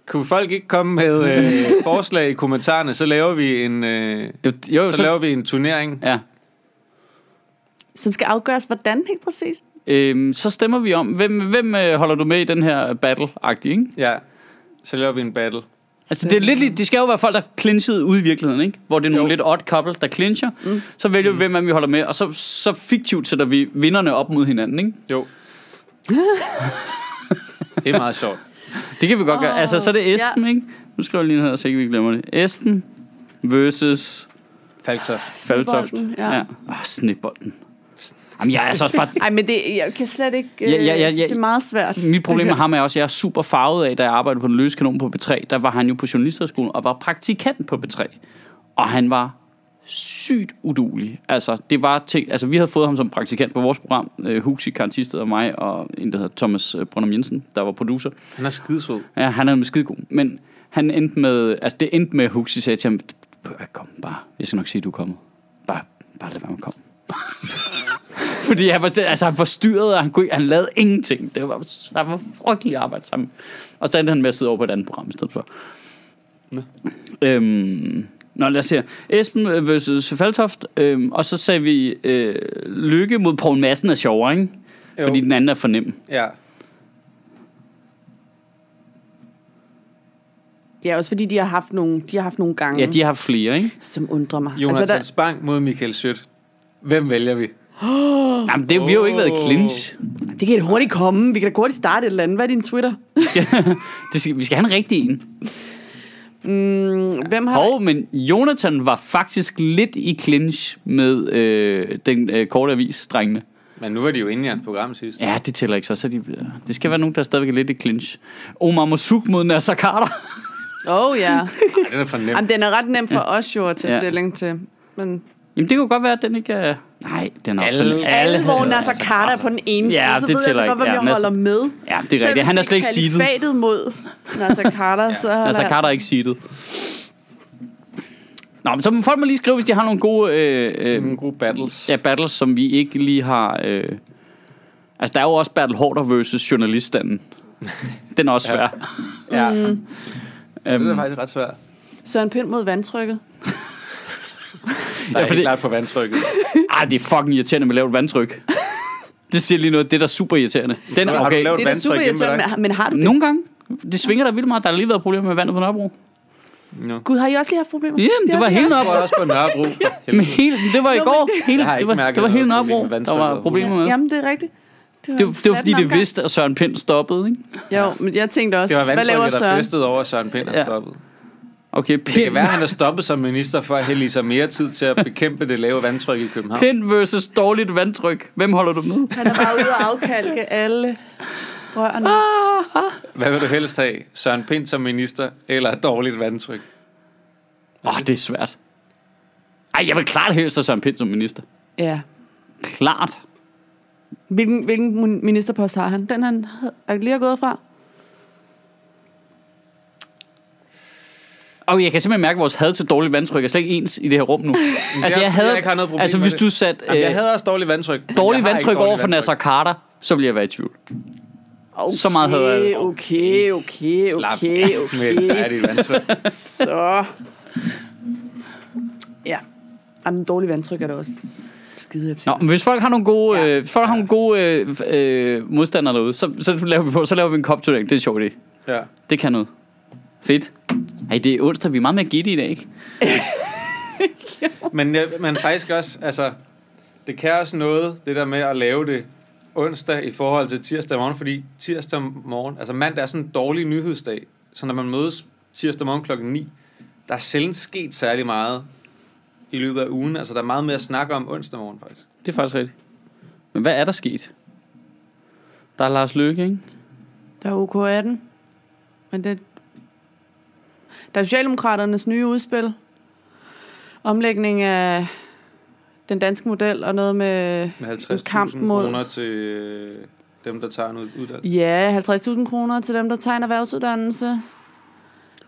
S3: Kunne folk ikke komme med øh, forslag i kommentarerne, så laver vi en, øh,
S2: Jo, jo,
S3: så, laver vi en turnering.
S2: Ja.
S1: Som skal afgøres, hvordan helt præcis?
S2: Øhm, så stemmer vi om, hvem, hvem øh, holder du med i den her battle-agtige, ikke?
S3: Ja. Så laver vi en battle.
S2: Altså, det er lidt, lig- de skal jo være folk, der clinchede ude i virkeligheden, ikke? Hvor det er nogle
S3: Jo.
S2: jo. lidt odd couple, der clincher. Mm. Så vælger vi, hvem af dem vi holder med, og så, så fiktivt sætter vi vinderne op mod hinanden, ikke?
S3: Jo. det er meget sjovt.
S2: Det kan vi godt oh, gøre.
S1: Åh,
S2: Altså, så er det Esben,
S1: ja.
S2: ja. ikke? Nu skriver jeg lige ned, så ikke vi glemmer det. Esben versus
S3: Falktoft.
S2: Faltoft.
S1: Snebolden, ja.
S2: Ja. ja. Oh, snibolden. Jamen, jeg er altså også bare...
S1: Ej, men det, jeg kan slet ikke... Øh,
S2: Ja, ja, ja, ja.
S1: jeg synes, Det er meget svært.
S2: Mit problem med ham er også, at jeg er super farvet af, da jeg arbejdede på den løse kanon på B3. Der var han jo på journalisterskolen og var praktikant på B3. Og han var sygt udulig. Altså, det var ting, altså, vi havde fået ham som praktikant på vores program, øh, Huxi Karantisted og mig, og en, der hedder Thomas øh, Brøndum Jensen, der var producer.
S3: Han er skidesød.
S2: Ja, han er med skide god. Men han endte med, altså det endte med, at Huxi sagde til ham, kom bare, jeg skal nok sige, du er kommet. Bare, bare lad være med at komme. Fordi han var, altså han forstyrrede, og han, kunne, ikke- han lavede ingenting. Det var, han var frygtelig arbejde sammen. Og så endte han med at sidde over på et andet program i stedet for. Nå. Øhm, nå, lad os se her. Esben øh, versus Faltoft, øhm, og så sagde vi, øh, Lykke mod Poul Madsen er sjovere, ikke?
S3: Jo.
S2: Jo. Fordi den anden er for nem.
S3: Ja.
S1: Ja, også fordi de har haft nogle, de har haft nogle gange,
S2: Ja, de har haft flere, ikke?
S1: som undrer mig.
S3: Jonathan altså, der...
S1: der,
S3: Spang mod Michael Sødt. Hvem vælger vi?
S2: Jamen, det, vi har jo ikke været i clinch.
S1: det kan hurtigt komme. Vi kan da hurtigt starte et eller andet. Hvad er din Twitter?
S2: Det skal, vi skal have en rigtig en.
S1: Mm, hvem har...
S2: Og, men Jonathan var faktisk lidt i clinch med øh, den øh, korte avis, drengene.
S3: Men nu var de jo inde i hans program sidst.
S2: Ja, det tæller ikke så. så de, øh, det skal være nogen, der stadigvæk er lidt i clinch. Omar Mosuk mod Nasser Carter.
S1: Åh, oh, ja.
S3: Ej, den er for nem.
S1: Jamen, den er ret nem for os jo at tage
S2: Ja.
S1: stilling til. Men
S2: Jamen, det kunne godt være, at den ikke er... Nej, den er også...
S3: Alle-
S2: sådan-
S1: alle
S2: hader
S1: vågne altså Carter på den ene
S2: Ja,
S1: side, så
S2: det
S1: ved jeg
S2: tæller
S1: så godt,
S2: ikke.
S1: hvem
S2: Ja,
S1: jeg
S2: men altså-
S1: holder med.
S2: Ja, det er rigtigt. Han er slet ikke seedet.
S1: Selv mod Nasser Carter, ja. så holder
S2: Nasser Carter er ikke seedet. Nå, men så må folk må lige skrive, hvis de har nogle gode... Øh, øh,
S3: Nogle gode battles.
S2: Ja, battles, som vi ikke lige har... Øh... Altså, der er jo også Battle Hårder versus journaliststanden. Den er også
S3: Ja.
S2: svær.
S1: Mm.
S3: ja.
S2: Ja.
S3: Det er
S2: Øhm,
S3: faktisk ret svært.
S1: Søren Pind mod vandtrykket.
S3: Der er ja,
S2: fordi-
S3: helt klart på vandtrykket.
S2: ej, ah, det er fucking irriterende med lavt vandtryk. Det siger lige noget. Det er da super irriterende. Den,
S3: Har du
S2: okay.
S3: lavet-
S1: Det er da
S3: vandtryk
S1: super
S3: hjemme ved dig?
S1: irriterende, men- men har du det?
S2: Nogle gange. Det svinger der vildt meget. Der har lige været problemer med vandet på Nørrebro.
S1: Gud, har I også lige haft problemer?
S2: Jamen, det var
S1: har
S2: helt
S1: jeg
S2: op.
S3: Jeg tror også på Nørrebro.
S2: Men hele, det var i
S1: Nå, men
S2: går.
S1: det-
S2: Hele,
S3: Jeg har
S2: det,
S3: ikke
S2: var,
S3: mærket
S2: det var hele
S3: noget problem
S2: Nørrebro,
S3: med
S2: der
S3: vandtrykket
S2: var
S3: overhovedet.
S2: problemer med.
S1: Jamen, det er rigtigt. var
S2: Det,
S1: en
S2: det var fordi,
S1: slatten
S2: det
S1: omgang.
S2: vidste, at Søren Pind stoppede, ikke?
S1: Jo, men jeg tænkte også,
S3: Det var
S1: hvad laver
S3: vandtrykket, der
S1: Søren?
S3: festede over, at Søren Pind har
S2: Ja.
S3: stoppet.
S2: Okay,
S3: Det kan
S2: Pind,
S3: være, at han er stoppet som minister for at hælde i sig mere tid til at bekæmpe det lave vandtryk i København.
S2: Pind versus dårligt vandtryk. Hvem holder du med?
S1: Han er bare ude og afkalke alle rørene.
S3: Hvad vil du helst have? Søren Pind som minister eller et dårligt vandtryk?
S2: Åh, oh, det er svært. Ej, jeg vil klart helst have Søren Pind som minister.
S1: Ja.
S2: Klart.
S1: Hvilken, hvilken ministerpost har han? Den han havde- er lige er gået fra?
S2: Og jeg kan simpelthen mærke, at vores had til dårligt vandtryk er slet ikke ens i det her rum nu. altså,
S3: er,
S2: jeg
S3: fordi
S2: havde,
S3: jeg ikke har noget problem
S2: altså
S3: med
S2: hvis
S3: det.
S2: du satte
S3: Jamen, jeg
S2: øh,
S3: havde også dårligt vandtryk. men
S2: dårligt
S3: jeg har ikke
S2: vandtryk over for
S3: dårligt
S2: Nasser
S3: vandtryk.
S2: Carter, så ville jeg være i tvivl.
S1: Okay,
S2: Så meget hader jeg det.
S1: Okay, okay,
S3: Slap
S1: okay,
S3: af med et
S1: okay.
S3: dejligt vandtryk.
S1: Så. Ja. Jamen, dårlig vandtryk er det også. Skide
S2: Nå,
S1: til.
S2: men hvis folk har nogle gode,
S1: Ja.
S2: ja. øh, hvis folk har nogle gode øh, øh, modstandere derude, så, så, laver vi på, så laver vi en kopturnering. Det er sjovt, det.
S3: Ja.
S2: Det kan noget. Fedt. Ej, det er onsdag. Vi er meget mere giddy i dag, ikke?
S3: Men, jeg- men faktisk også, altså, det kan også noget, det der med at lave det onsdag i forhold til tirsdag morgen, fordi tirsdag morgen, altså mandag er sådan en dårlig nyhedsdag, så når man mødes tirsdag morgen klokken 9, der er sjældent sket særlig meget i løbet af ugen. Altså, der er meget mere at snakke om onsdag morgen, faktisk.
S2: Det er faktisk rigtigt. Men hvad er der sket? Der er Lars Løkke, ikke?
S1: Der er OK18. Men det Der er Socialdemokraternes nye udspil. Omlægning af den danske model og noget med...
S3: Med
S1: kamp
S3: 50.000
S1: mod-
S3: kroner til øh, dem, der tager noget uddannelse.
S1: Ja, 50.000 kroner til dem, der tager en erhvervsuddannelse.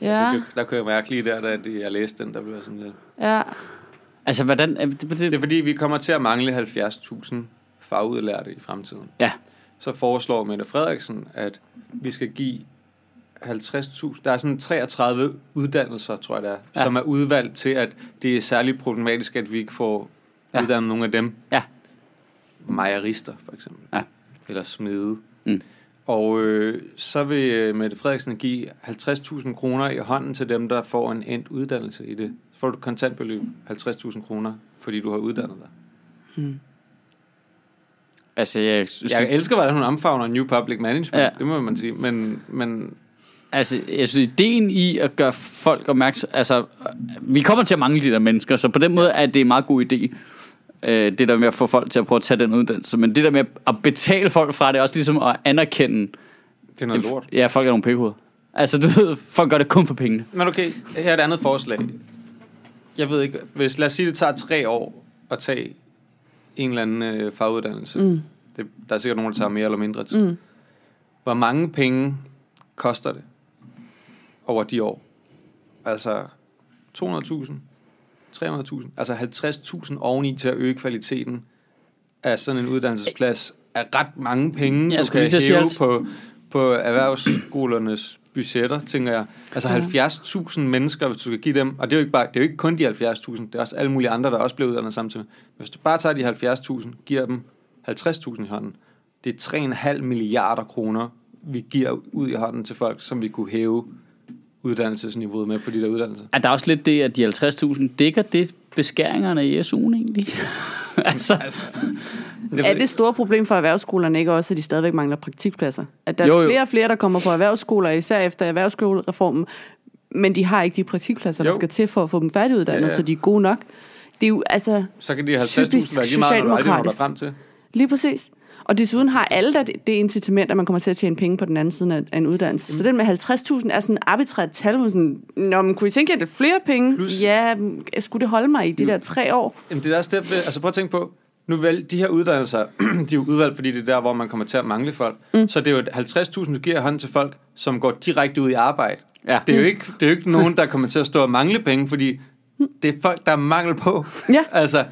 S1: Ja,
S3: Det- Der kunne jeg mærke lige der, da de- jeg læste den, der blev jeg sådan lidt.
S1: ja.
S2: Altså, hvordan... er det-
S3: Det er fordi, vi kommer til at mangle 70.000 fagudlærte i fremtiden.
S2: Ja.
S3: Så foreslår Mette Frederiksen, at vi skal give 50.000... Der er sådan 33 uddannelser, tror jeg det er,
S2: Ja.
S3: ja. som er udvalgt til, at det er særligt problematisk, at vi ikke får
S2: Ja.
S3: ja. uddannet nogle af dem.
S2: Ja.
S3: Mejerister, for eksempel.
S2: Ja.
S3: Eller smede.
S2: Mm.
S3: Og øh, så vil øh, Mette Frederiksen give 50.000 kroner i hånden til dem, der får en endt uddannelse i det. Så får du et kontantbeløb 50.000 kroner, fordi du har uddannet dig.
S2: Altså, jeg, synes,
S3: Jeg elsker, hvordan hun omfavner New Public Management,
S2: Ja.
S3: ja. det må man sige, men, men
S2: altså, jeg synes, ideen i at gøre folk opmærksom... Altså, vi kommer til at mangle de der mennesker, så på den måde er det en meget god idé. Øh, det der med at få folk til at prøve at tage den uddannelse. Men det der med at betale folk fra det, er også ligesom at anerkende...
S3: det er noget lort.
S2: Ja, folk er nogle pikhoveder. Altså, du ved, folk gør det kun for pengene.
S3: Men okay, her er et andet forslag. Jeg ved ikke, hvis lad os sige, det tager tre år at tage en eller anden øh, faguddannelse. Mm. Det, der er sikkert nogen, der tager mere eller mindre tid. Mm. Hvor mange penge koster det over de år? Altså 200.000? 300.000? Altså 50.000 oveni til at øge kvaliteten af sådan en uddannelsesplads er ret mange penge,
S2: Jeg
S3: du
S2: skulle
S3: kan
S2: lige til at sige,
S3: hæve
S2: altså-
S3: på, på erhvervsskolernes budgetter, tænker jeg. Altså 70.000 mennesker, hvis du skal give dem, og det er jo ikke, bare, det er jo ikke kun de 70.000, det er også alle mulige andre, der også bliver uddannet samtidig. Men Hvis du bare tager de 70.000, giver dem 50.000 i hånden, det er 3,5 milliarder kroner, vi giver ud i hånden til folk, som vi kunne hæve uddannelsesniveauet med på de der uddannelser.
S2: Er der også lidt det, at de 50.000 dækker det beskæringerne i SU'en egentlig? altså,
S1: Er det et stort problem for erhvervsskolerne ikke også, at de stadigvæk mangler praktikpladser? At der
S2: Jo,
S1: er
S2: jo.
S1: flere og flere, der kommer på erhvervsskoler, især efter erhvervsskolereformen, men de har ikke de praktikpladser, der
S3: Jo.
S1: skal til for at få dem færdiguddannet, ja,
S3: Ja,
S1: ja.
S3: ja.
S1: så de er gode nok. Det er jo, altså,
S3: Så kan de 50.000
S1: Typisk
S3: være lige meget, når du aldrig når dig
S1: socialdemokratisk.
S3: frem til.
S1: lige præcis. Og desuden har alle der det incitament, at man kommer til at tjene penge på den anden side af- af en uddannelse.
S3: Mm.
S1: Så den med 50.000 er sådan et arbitrært tal. hvor Sådan, Nå, men kunne I tænke jer lidt flere penge? Plus,
S3: Plus-
S1: ja, mm, skulle det holde mig i de der tre år?
S3: Jamen, det er også det, altså prøv at tænke på, nu vel, de her uddannelser, de er jo udvalgt, fordi det er der, hvor man kommer til at mangle folk. Mm. Så det er jo et 50.000, du giver hånd til folk, som går direkte ud i arbejde.
S2: Ja.
S3: Det, er
S1: Mm.
S3: jo ikke, det er jo ikke nogen, der kommer til at stå og mangle penge, fordi det er folk, der er mangel på.
S1: Ja.
S3: Altså,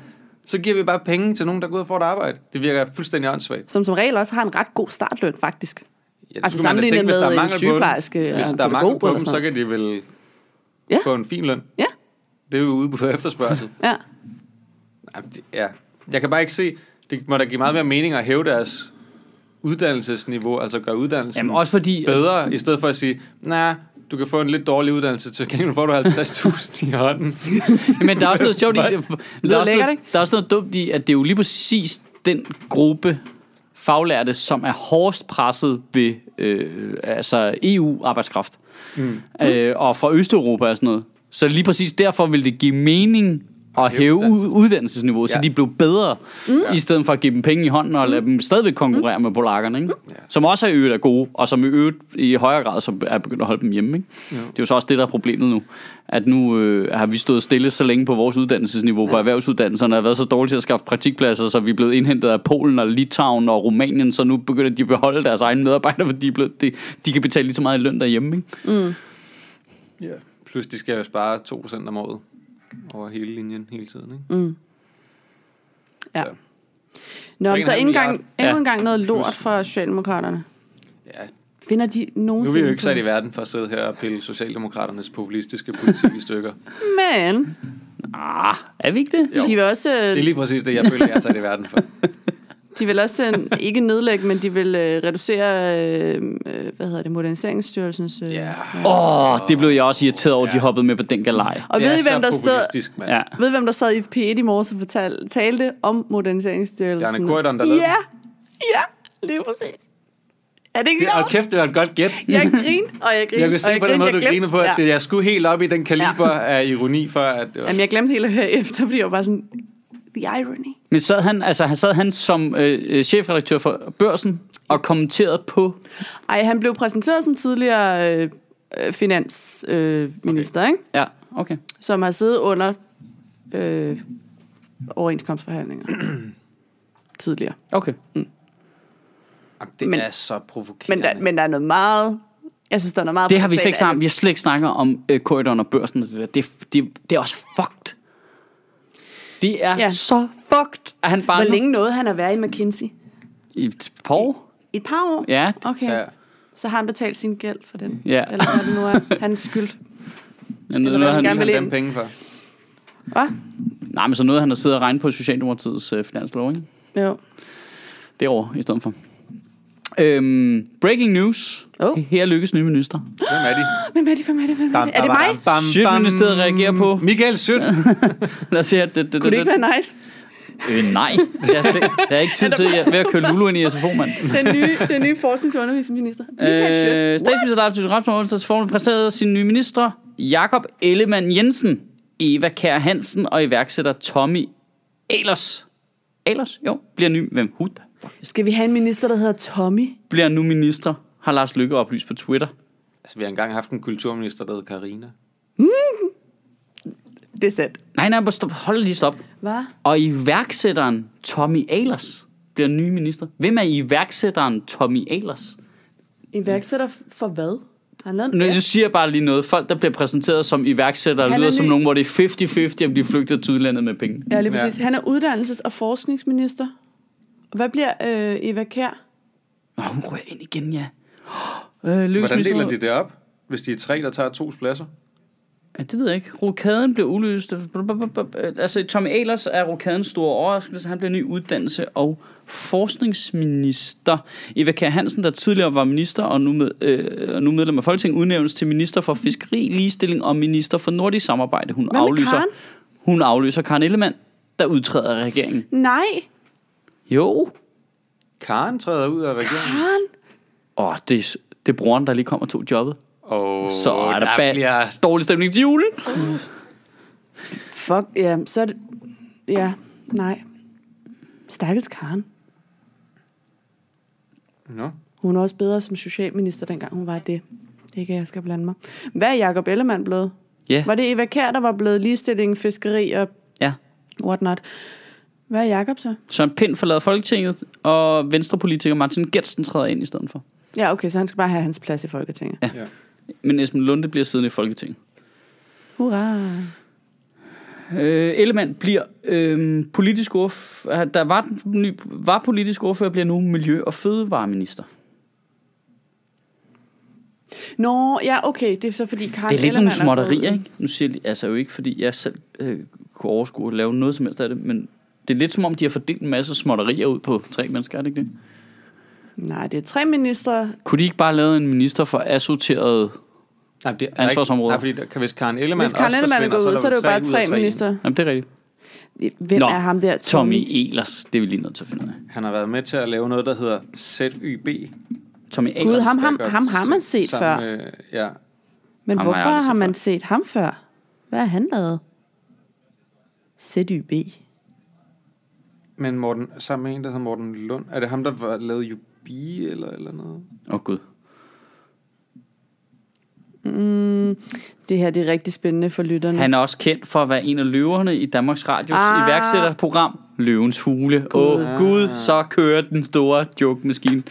S3: så giver vi bare penge til nogen, der går ud og får et arbejde. Det virker fuldstændig åndssvagt.
S1: Som som regel også har en ret god startløn, faktisk.
S3: Ja, det
S1: Altså,
S3: skulle man da
S1: sammenlignet
S3: hvis der
S1: med
S3: er
S1: en
S3: mangel på dem.
S1: sygeplejerske
S3: Hvis
S1: eller
S3: der er
S1: en
S3: mangel
S1: pædagog
S3: på
S1: eller
S3: dem,
S1: sådan
S3: så kan de vel
S1: Ja.
S3: få en fin løn.
S1: Ja,
S3: Det er jo udbud og efterspørgsel.
S1: ja.
S3: Ej, det- Ja. Jeg kan bare ikke se, det må da give meget mere mening at hæve deres uddannelsesniveau, altså gøre uddannelsen
S2: jamen også fordi...
S3: bedre, i stedet for at sige, nej, nah, du kan få en lidt dårlig uddannelse, til gengæld får du 50.000 i hånden.
S2: Men der er også noget sjovt i det. Der er, også
S1: lækkert,
S2: noget,
S1: ikke?
S2: der er også noget dumt i, at det er jo lige præcis den gruppe faglærte, som er hårdest presset ved øh, altså EU-arbejdskraft. Mm. Øh, og fra Østeuropa og sådan noget. Så lige præcis derfor vil det give mening at hæve
S3: uddannelses-
S2: ud- uddannelsesniveauet, ja. så
S3: Ja.
S2: de blev bedre, mm. i stedet for at give dem penge i hånden og lade dem stadigvæk konkurrere med polakkerne, ikke? som også er i øvrigt er gode, og som i øvrigt i højere grad som er begyndt at holde dem hjemme. Ikke? Det er jo så også det, der er problemet nu, at nu øh, har vi stået stille så længe på vores uddannelsesniveau på erhvervsuddannelserne, og har været så dårlige til at skaffe praktikpladser, så vi er blevet indhentet af Polen og Litauen og Rumænien, så nu begynder de at beholde deres egne medarbejdere, fordi de, er blevet, de, de kan betale lige så meget i løn derhjemme. Ikke?
S3: ja. Plus, de skal jo spare 2% om året over hele linjen hele tiden. Ikke?
S1: Mm. ja.
S3: Så.
S1: Nå, men så
S3: 3,5
S1: endnu engang,
S3: milliard.
S1: endnu
S2: Ja.
S1: en gang noget lort fra Socialdemokraterne.
S3: Ja.
S1: Finder de
S3: Nu er
S1: nogensinde...
S3: vi jo ikke
S1: på
S3: sat i
S1: det?
S3: verden for at sidde her og pille Socialdemokraternes populistiske politik i stykker.
S1: Men
S2: Ah, er vi ikke det?
S3: Jo.
S1: de vil også,
S3: Det er lige præcis det, jeg føler, jeg er sat i verden for.
S1: de vil også øh, ikke nedlægge, men de vil øh, reducere, øh, øh, hvad hedder det, Moderniseringsstyrelsens... Øh.
S3: Ja.
S2: Åh, oh, det blev jeg også irriteret over, at de hoppede med på den galej.
S1: Og
S3: Det
S1: ved
S3: er
S1: I, hvem der
S3: så
S1: stod...
S3: populistisk, mand.
S2: Ja.
S1: Ved I, hvem der sad i P1 i morges og fortalte, talte om Moderniseringsstyrelsen?
S3: Bjarne Corydon, der lavede
S1: Ja, ja, lige præcis. Er det ikke
S3: Det,
S1: sjovt?
S3: og kæft, det var et godt gæt.
S1: Jeg grinede, og jeg grinede.
S3: Jeg kunne se
S1: og
S3: på den måde,
S1: grinede,
S3: du
S1: jeg glemte-
S3: grinede på, at
S1: ja.
S3: det, jeg skulle helt op i den kaliber af ironi, for at det var...
S1: Jamen, jeg glemte helt at høre efter, fordi jeg var bare sådan, the irony.
S2: Men sad han, altså, han sad han som øh, øh, chefredaktør for Børsen og kommenterede på...
S1: Ej, han blev præsenteret som tidligere øh, øh, finansminister, øh, okay. ikke?
S2: Ja, okay.
S1: som har siddet under øh, overenskomstforhandlinger tidligere.
S2: Okay.
S3: Jamen, det
S1: Men-
S3: men, er så provokerende.
S1: Men der, men der er noget meget... Jeg synes, der er noget meget...
S2: Det har vi slet
S1: brutalt
S2: ikke snakket om.
S1: af
S2: Vi har slet ikke snakket om øh, korridoren og børsen og det der. Det, det, det er også fucked. Det er
S1: Ja.
S2: ja. så fucked, at han bare...
S1: det. Hvor længe nåede han at være i McKinsey?
S2: I et par år?
S1: I et par år?
S2: Ja.
S1: Okay.
S3: Ja.
S1: Ja. Så har han betalt sin gæld for den.
S2: Ja.
S1: Eller hvad det nu er. Han er skyldt.
S2: Men
S1: vil
S2: noget,
S1: også
S2: han,
S1: gerne-
S3: han
S1: vil
S3: ligesom dem
S1: ind.
S3: penge for.
S1: Hva?
S2: nej, men så noget, han har siddet og regnet på Socialdemokratiets øh, finanslov, ikke?
S1: Jo.
S2: Derovre i stedet for. Øhm, breaking news.
S1: Oh.
S2: Her lykkes nye minister.
S3: Hvem er de?
S1: Hvem er det? Hvem er det? Hvem er det? Er det mig?
S3: Bam,
S2: Sjøtministeriet reagerer på.
S3: Michael Sødt.
S2: Lad os se, at det, det,
S1: Kunne det ikke være nice?
S2: Øh, nej, det er, slet, der er ikke tid til at, ved at køre Lulu ind i SFO, mand.
S1: Den nye, den nye forsknings- og undervisningsminister. Michael Schødt.
S2: Øh, statsminister Lars Løkke Rasmussen har onsdags formel præsenterede sine nye ministre, Jakob Ellemann Jensen, Eva Kær Hansen og iværksætter Tommy Ahlers. Ahlers? Jo, bliver ny. Hvem? Who the fuck?
S1: Skal vi have en minister, der hedder Tommy?
S2: Bliver nu minister, har Lars Løkke oplyst på Twitter.
S3: altså, vi har engang haft en kulturminister, der hed Karina.
S1: Det er sandt.
S2: Nej, nej, bare stop. hold lige stop.
S1: Hvad?
S2: Og iværksætteren Tommy Ahlers bliver ny minister. Hvem er iværksætteren Tommy Ahlers?
S1: Iværksætter for hvad? Har han lavet en
S2: Nu
S1: app?
S2: jeg siger jeg bare lige noget. Folk, der bliver præsenteret som iværksættere,
S1: Han er
S2: lyder som
S1: ny.
S2: nogen, hvor det er 50-50 at blive flygtet til udlandet med penge.
S1: Ja, lige
S3: Ja.
S1: præcis. Han er uddannelses- og forskningsminister. Og Hvad bliver øh, Eva Kær?
S2: Nå, hun rører ind igen, ja. Øh,
S3: Hvordan
S2: Lykkes
S3: deler
S2: Hvordan
S3: de det op? Hvis de er tre, der tager to pladser?
S2: Ja, det ved jeg ikke. Rokaden blev uløst. Altså, Tommy Ahlers er rokadens store overraskelse. Han bliver ny uddannelse- og forskningsminister. Eva Kjær Hansen, der tidligere var minister og nu, med, øh, og nu medlem af Folketinget, udnævnes til minister for fiskeri, ligestilling og minister for nordisk samarbejde. Hun
S1: med
S2: aflyser,
S1: Karen?
S2: Hun afløser Karen Ellemann, der udtræder af regeringen.
S1: Nej,
S2: Jo.
S3: Karen træder ud af regeringen.
S1: Karen.
S2: Åh, det, er s- det er broren, der lige kommer og tog jobbet.
S3: Og
S2: Så er der,
S3: der
S2: bag...
S3: bliver
S2: dårlig stemning til julen.
S1: Fuck, ja, så er det... Ja, nej. Stakkels Karen.
S3: Nå.
S1: Hun er også bedre som socialminister, dengang hun var det. Det kan jeg skal blande mig. Hvad er Jacob Ellemann blevet?
S2: Ja.
S1: Var det Eva Kær, der var blevet ligestilling, fiskeri og
S2: Ja.
S1: whatnot? Hvad er Jacob så?
S2: Søren Pind forlader Folketinget, og venstrepolitiker Martin Gertsen træder ind i stedet for.
S1: Ja, okay, så han skal bare have hans plads i Folketinget. Ja.
S3: Ja.
S2: Men Esben Lunde bliver siddende i Folketinget.
S1: Hurra.
S2: Øh, Ellemann bliver øh, politisk ordfører, der var, den ny, var politisk ordfører, bliver nu miljø- og fødevareminister.
S1: Nå, ja, okay, det er så fordi Karen
S2: Det er lidt nogle
S1: Ellemann
S2: småtterier,
S1: blevet-
S2: ikke? Nu siger jeg lige- altså jo ikke, fordi jeg selv øh, kunne overskue at lave noget som helst af det, men det er lidt som om, de har fordelt en masse småtterier ud på tre mennesker, er det ikke det?
S1: Nej, det er tre ministre.
S2: Kunne de ikke bare lave en minister for assorterede...
S3: Nej, det er der
S2: Ansvarsområder.
S3: Ikke, nej, fordi der, kan- hvis Karen Ellemann
S1: Hvis Karen
S3: også
S1: Ellemann er
S3: forsvinder,
S1: gået ud, så er det jo bare
S3: vel ud af
S1: tre ministre.
S2: Jamen, det er rigtigt.
S1: Hvem Nå, er ham der?
S2: Tommy Elers, det er vi lige nødt til at finde ud af.
S3: Han har været med til at lave noget, der hedder ZYB.
S2: Tommy Elers.
S1: Gud, ham, ham,
S3: Jeg godt
S1: ham har man
S3: se-
S1: set før.
S3: Med, ja.
S1: Men
S2: Ham har jeg
S1: hvorfor
S2: aldrig
S1: har
S2: set
S1: man set ham før? Hvad har han lavet? ZYB.
S3: Men Morten, sammen med en, der hedder Morten Lund. Er det ham, der var, lavede UB eller, eller noget?
S2: Åh, oh, Gud.
S1: Det her det er rigtig spændende for lytterne.
S2: Han er også kendt for at være en af løverne i Danmarks Radios
S1: Ah.
S2: ah. iværksætterprogram Løvens Hule. Åh oh, gud, så kører den store joke-maskine.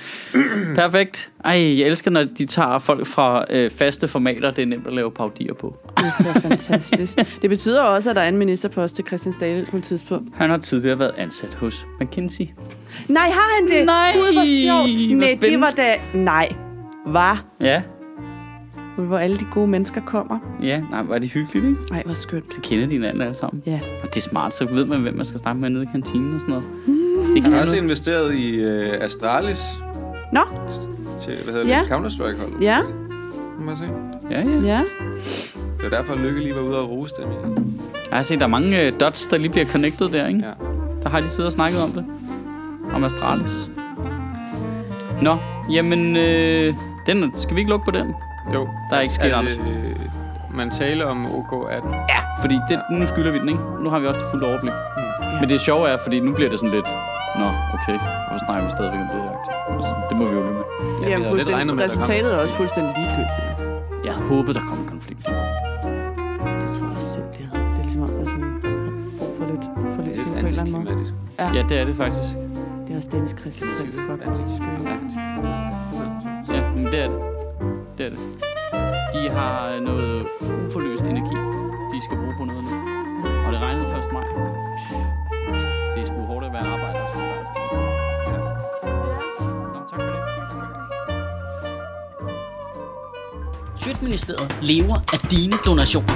S2: Perfekt. Ej, jeg elsker, når de tager folk fra øh, faste formater, det er nemt at lave paudier på.
S1: Det er så fantastisk. Det betyder også, at der er en ministerpost til Christian Stahl på et tidspunkt.
S2: Han har tidligere været ansat hos McKinsey.
S1: Nej, har han det?
S2: Nej,
S1: Gud, hvor
S2: hvor
S1: sjovt. Nej, det
S2: spændende.
S1: var da... Nej, var.
S2: Ja,
S1: Hvor alle de gode mennesker kommer.
S2: ja. Nej, var det hyggeligt, ikke?
S1: Nej, hvor skønt.
S2: Så kender de hinanden alle sammen.
S1: Ja.
S2: Og det er smart, så ved man, hvem man skal snakke med nede i kantinen og sådan noget. Det kan
S3: Han har også
S2: noget.
S3: investeret i øh, Astralis
S1: Nå,
S3: til, hvad hedder
S1: Ja.
S3: det, Counter-Strike-holdet.
S1: ja,
S3: Må man se.
S2: Ja, ja.
S1: ja.
S3: Det var derfor, at Lykke lige var ude og rose dem.
S1: Mm.
S3: igen.
S2: Jeg har set, der er mange øh, dots, der lige bliver connected der, ikke?
S3: Ja.
S2: Der har de siddet og snakket om det. Om Astralis. Nå, jamen, øh, den, skal vi ikke lukke på den?
S3: Jo.
S2: Der er ikke sket
S3: det, øh, man taler om OK18.
S2: Ja. Fordi det, nu skylder vi den, ikke? Nu har vi også det fulde overblik. Mm. Men det sjove er, fordi nu bliver det sådan lidt... Nå, okay, hvorfor snakker vi stadigvæk om dødjagt? Det må vi jo løbe med.
S1: Jamen,
S3: havde lidt regnet
S1: fuldstændig.
S3: med, at der kom-
S1: Resultatet er også fuldstændig ligegyldigt.
S2: Jeg havde håbet, der kom en konflikt.
S1: Det tror jeg også selv, de havde. Det er ligesom om, at jeg sådan, har brug for lidt
S3: Det er
S1: forløsning
S3: lidt
S1: på en eller anden måde.
S3: antiklimatisk.
S2: Ja, det er det faktisk.
S1: Det er også Dennis Christensen, der fucking skøn.
S3: Antiklimatisk.
S2: Ja, men det er det. Det er det. De har øh, noget uforløst energi, de skal bruge på noget nu. Og det regnede først maj. Det er sgu hårdt at være arbejder. som faktisk. Ja. Nå, tak for det.
S4: Sjøtministeriet lever af dine donationer.